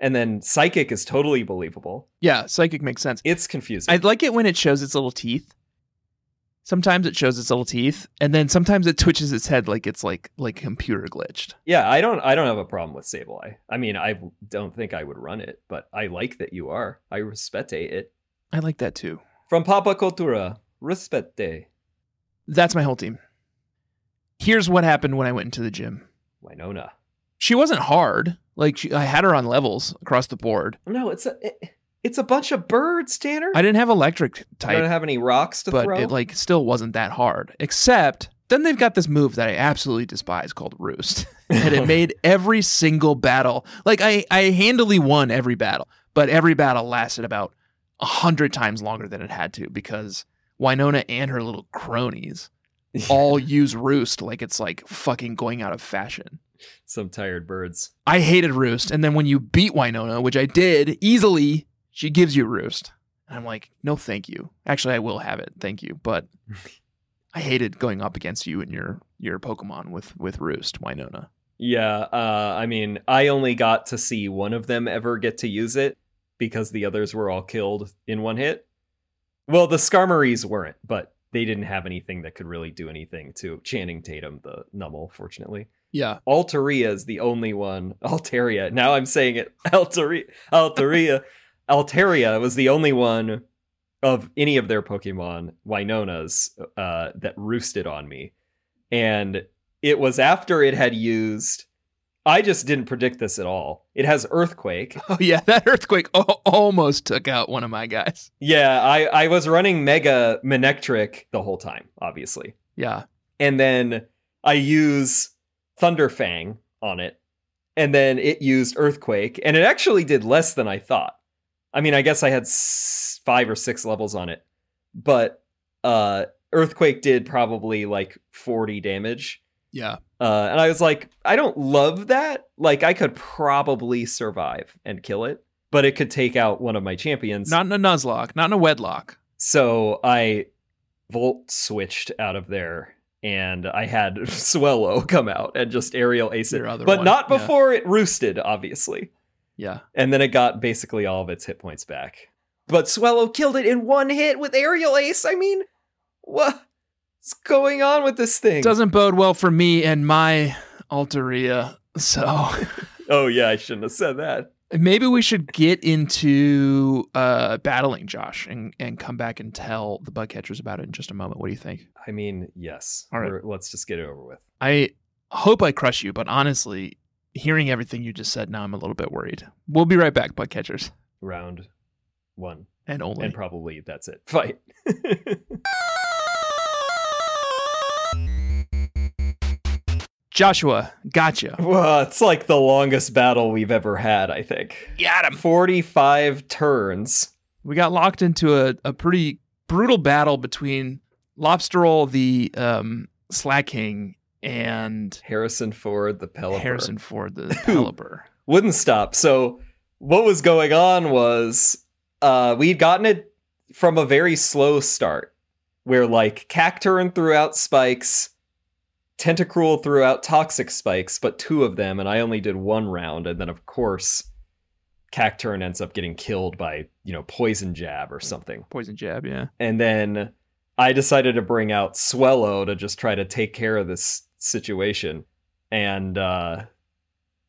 [SPEAKER 2] and then psychic is totally believable.
[SPEAKER 1] Yeah, psychic makes sense.
[SPEAKER 2] It's confusing.
[SPEAKER 1] I like it when it shows its little teeth. Sometimes it shows its little teeth, and then sometimes it twitches its head like it's like like computer glitched.
[SPEAKER 2] yeah, I don't I don't have a problem with Sableye. I mean, I don't think I would run it, but I like that you are. I respect it.
[SPEAKER 1] I like that too.
[SPEAKER 2] From Papa Cultura, respete.
[SPEAKER 1] That's my whole team. Here's what happened when I went into the gym.
[SPEAKER 2] Winona.
[SPEAKER 1] She wasn't hard. Like she, I had her on levels across the board.
[SPEAKER 2] No, it's a it- it's a bunch of birds, Tanner.
[SPEAKER 1] I didn't have electric
[SPEAKER 2] I don't
[SPEAKER 1] type,
[SPEAKER 2] have any rocks to
[SPEAKER 1] but
[SPEAKER 2] throw.
[SPEAKER 1] it like still wasn't that hard. Except then they've got this move that I absolutely despise called roost. and it made every single battle like I, I handily won every battle but every battle lasted about a hundred times longer than it had to because winona and her little cronies all use roost like it's like fucking going out of fashion
[SPEAKER 2] Some tired birds.
[SPEAKER 1] i hated roost and then when you beat winona which i did easily she gives you roost and i'm like no thank you actually i will have it thank you but i hated going up against you and your your pokemon with with roost winona
[SPEAKER 2] Yeah, uh, I mean, I only got to see one of them ever get to use it because the others were all killed in one hit. Well, the Skarmories weren't, but they didn't have anything that could really do anything to Channing Tatum, the Numble, fortunately.
[SPEAKER 1] yeah
[SPEAKER 2] Altaria is the only one. Altaria. Now I'm saying it. Altaria. Altaria. Altaria was the only one of any of their Pokemon, Winona's, uh, that roosted on me. And it was after it had used. I just didn't predict this at all. It has Earthquake.
[SPEAKER 1] Oh yeah, that earthquake al- almost took out one of my guys.
[SPEAKER 2] Yeah, I, I was running Mega Manectric the whole time, obviously.
[SPEAKER 1] Yeah,
[SPEAKER 2] and then I use Thunderfang on it, and then it used Earthquake, and it actually did less than I thought. I mean, I guess I had s- five or six levels on it, but uh, Earthquake did probably like 40 damage.
[SPEAKER 1] yeah.
[SPEAKER 2] Uh, and I was like, I don't love that. Like, I could probably survive and kill it, but it could take out one of my champions.
[SPEAKER 1] Not in a nuzlocke, not in a wedlock.
[SPEAKER 2] So I volt switched out of there and I had Swellow come out and just aerial ace it.
[SPEAKER 1] Your other
[SPEAKER 2] But
[SPEAKER 1] one,
[SPEAKER 2] not
[SPEAKER 1] yeah.
[SPEAKER 2] before it roosted, obviously.
[SPEAKER 1] Yeah,
[SPEAKER 2] And then it got basically all of its hit points back. But Swellow killed it in one hit with aerial ace. I mean, what's going on with this thing?
[SPEAKER 1] it doesn't bode well for me and my Alteria. So
[SPEAKER 2] oh, yeah, I shouldn't have said that.
[SPEAKER 1] maybe we should get into uh, battling Josh and and come back and tell the bug catchers about it in just a moment. What do you think?
[SPEAKER 2] I mean, yes.
[SPEAKER 1] All right.
[SPEAKER 2] We're- Let's just get it over with.
[SPEAKER 1] I hope I crush you, but honestly, hearing everything you just said now, I'm a little bit worried. We'll be right back, bug catchers,
[SPEAKER 2] Round one.
[SPEAKER 1] and only.
[SPEAKER 2] And probably that's it. Fight.
[SPEAKER 1] Joshua, gotcha.
[SPEAKER 2] Well, it's like the longest battle we've ever had, I think.
[SPEAKER 1] Got him.
[SPEAKER 2] 45 turns.
[SPEAKER 1] We got locked into a, a pretty brutal battle between Lobster Roll, the um, Slack King, and
[SPEAKER 2] Harrison Ford, the Pelipper.
[SPEAKER 1] Harrison Ford, the Pelipper.
[SPEAKER 2] wouldn't stop. So what was going on was uh, we'd gotten it from a very slow start, where like Cacturn threw out spikes, Tentacruel threw out toxic spikes, but two of them, and I only did one round, and then of course Cacturn ends up getting killed by you know poison jab or something,
[SPEAKER 1] Poison jab, yeah.
[SPEAKER 2] and then I decided to bring out Swellow to just try to take care of this situation, and uh,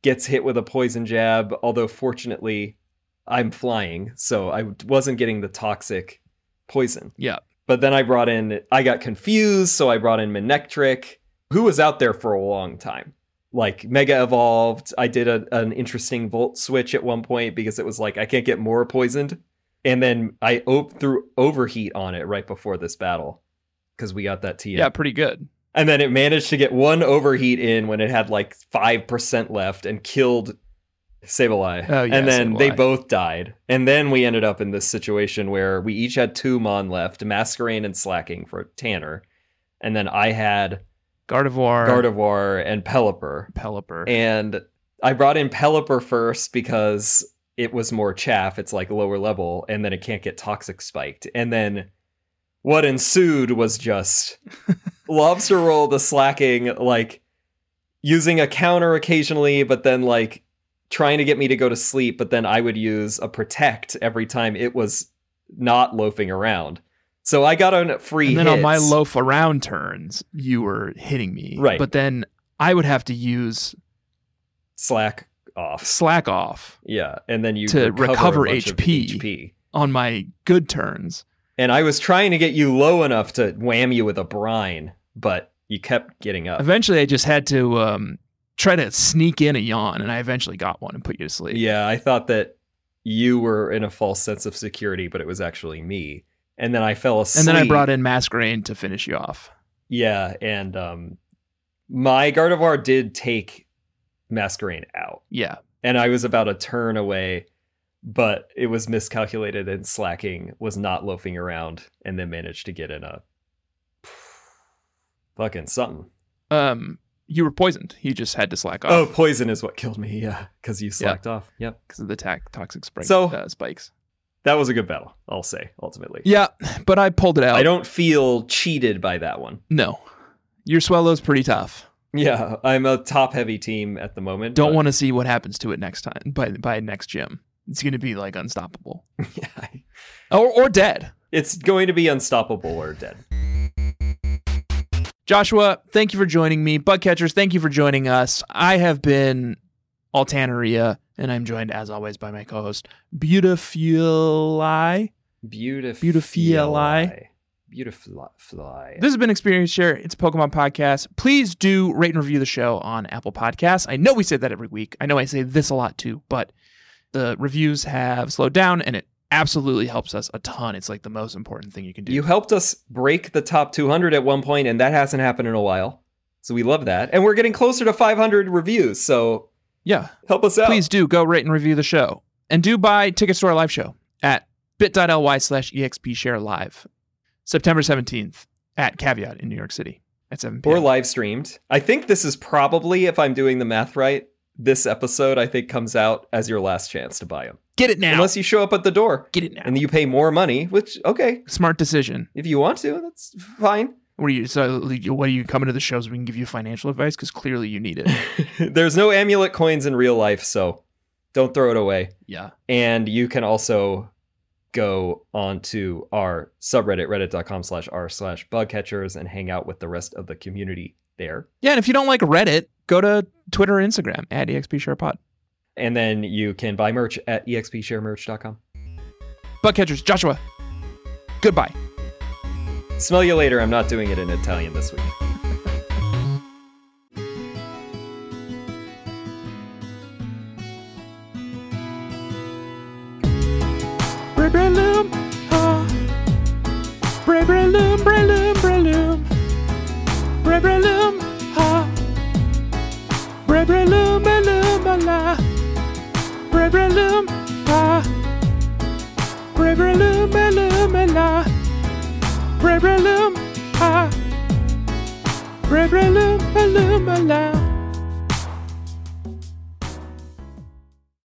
[SPEAKER 2] gets hit with a poison jab. Although fortunately, I'm flying, so I wasn't getting the toxic poison.
[SPEAKER 1] Yeah.
[SPEAKER 2] But then I brought in, I got confused, so I brought in Manectric, who was out there for a long time. Like Mega Evolved, I did a, an interesting Volt switch at one point because it was like, I can't get more poisoned. And then I op- threw Overheat on it right before this battle because we got that TM.
[SPEAKER 1] Yeah, pretty good.
[SPEAKER 2] And then it managed to get one Overheat in when it had like 5% left and killed Sableye.
[SPEAKER 1] Oh, yeah,
[SPEAKER 2] and then they
[SPEAKER 1] Sableye.
[SPEAKER 2] both died. And then we ended up in this situation where we each had two Mon left, Masquerain and Slacking for Tanner. And then I had
[SPEAKER 1] Gardevoir,
[SPEAKER 2] Gardevoir and Pelipper.
[SPEAKER 1] Pelipper.
[SPEAKER 2] And I brought in Pelipper first because it was more chaff. It's like lower level, and then it can't get toxic spiked. And then what ensued was just lobster roll the slacking, like using a counter occasionally, but then like trying to get me to go to sleep. But then I would use a protect every time it was not loafing around. So I got on free.
[SPEAKER 1] and then on my
[SPEAKER 2] hits.
[SPEAKER 1] loaf around turns, you were hitting me.
[SPEAKER 2] Right.
[SPEAKER 1] But then I would have to use
[SPEAKER 2] slack off.
[SPEAKER 1] slack off
[SPEAKER 2] Yeah, and then you
[SPEAKER 1] To recover
[SPEAKER 2] a bunch of
[SPEAKER 1] HP.
[SPEAKER 2] HP.
[SPEAKER 1] on my good turns.
[SPEAKER 2] And I was trying to get you low enough to wham you with a brine, but you kept getting up.
[SPEAKER 1] Eventually, I just had to um, try to sneak in a yawn, and I eventually got one and put you to sleep.
[SPEAKER 2] Yeah, I thought that you were in a false sense of security, but it was actually me. And then I fell asleep.
[SPEAKER 1] And then I brought in Masquerain to finish you off.
[SPEAKER 2] Yeah, and um, my Gardevoir did take Masquerain out.
[SPEAKER 1] Yeah.
[SPEAKER 2] and I was about a turn away, but it was miscalculated and slacking was not loafing around, and then managed to get in a fucking something.
[SPEAKER 1] Um, you were poisoned. You just had to slack off
[SPEAKER 2] Oh, poison is what killed me. Yeah, because you slacked off. Yep,
[SPEAKER 1] because of the ta- toxic spike,
[SPEAKER 2] So-
[SPEAKER 1] uh, spikes.
[SPEAKER 2] that was a good battle. I'll say ultimately.
[SPEAKER 1] Yeah, but I pulled it out.
[SPEAKER 2] I don't feel cheated by that one.
[SPEAKER 1] No, your swallow's pretty tough.
[SPEAKER 2] Yeah, I'm a top-heavy team at the moment.
[SPEAKER 1] Don't
[SPEAKER 2] but-
[SPEAKER 1] want to see what happens to it next time. By by next gym, it's going to be like unstoppable
[SPEAKER 2] Yeah,
[SPEAKER 1] or or dead.
[SPEAKER 2] it's going to be unstoppable or dead.
[SPEAKER 1] Joshua, thank you for joining me. Bug catchers, thank you for joining us. I have been Altaneria, and I'm joined as always by my co-host Beautifuli.
[SPEAKER 2] Beautif-
[SPEAKER 1] Beautifiali.
[SPEAKER 2] Beautifly. Fly.
[SPEAKER 1] This has been Experience Share. It's a Pokemon podcast. Please do rate and review the show on Apple Podcasts. I know we say that every week. I know I say this a lot too, but the reviews have slowed down and it absolutely helps us a ton. It's like the most important thing you can do.
[SPEAKER 2] You helped us break the top 200 at one point, and that hasn't happened in a while. So we love that. And we're getting closer to 500 reviews. So
[SPEAKER 1] yeah.
[SPEAKER 2] help us out.
[SPEAKER 1] Please do go rate and review the show. And do buy tickets to our live show at bit.ly slash exp share live. September 17th at Caveat in New York City at 7 p.m.
[SPEAKER 2] Or live streamed. I think this is probably, if I'm doing the math right, this episode I think comes out as your last chance to buy them.
[SPEAKER 1] Get it now.
[SPEAKER 2] Unless you show up at the door
[SPEAKER 1] Get it now.
[SPEAKER 2] and you pay more money, which, okay,
[SPEAKER 1] Smart decision.
[SPEAKER 2] if you want to, that's fine.
[SPEAKER 1] What are you? So, like, what are you coming to the shows? We can give you financial advice because clearly you need it.
[SPEAKER 2] There's no amulet coins in real life, so don't throw it away.
[SPEAKER 1] yeah.
[SPEAKER 2] and you can also go onto our subreddit reddit.com slash r slash bugcatchers and hang out with the rest of the community there
[SPEAKER 1] Yeah. And if you don't like Reddit, go to Twitter or Instagram at E expsharepod.
[SPEAKER 2] and then you can buy merch at expsharemerch.com
[SPEAKER 1] Bug catchers, Joshua. Goodbye.
[SPEAKER 2] smell you later i'm not doing it in italian this week
[SPEAKER 1] Breloom, ah. Bre- breloom, breloom, breloom. Bre- breloom, ah. Brebrelum, belumala. Brebrelum, ah. Brebrelum, belumala. Brebrelum, ah. Brebrelum, belumala.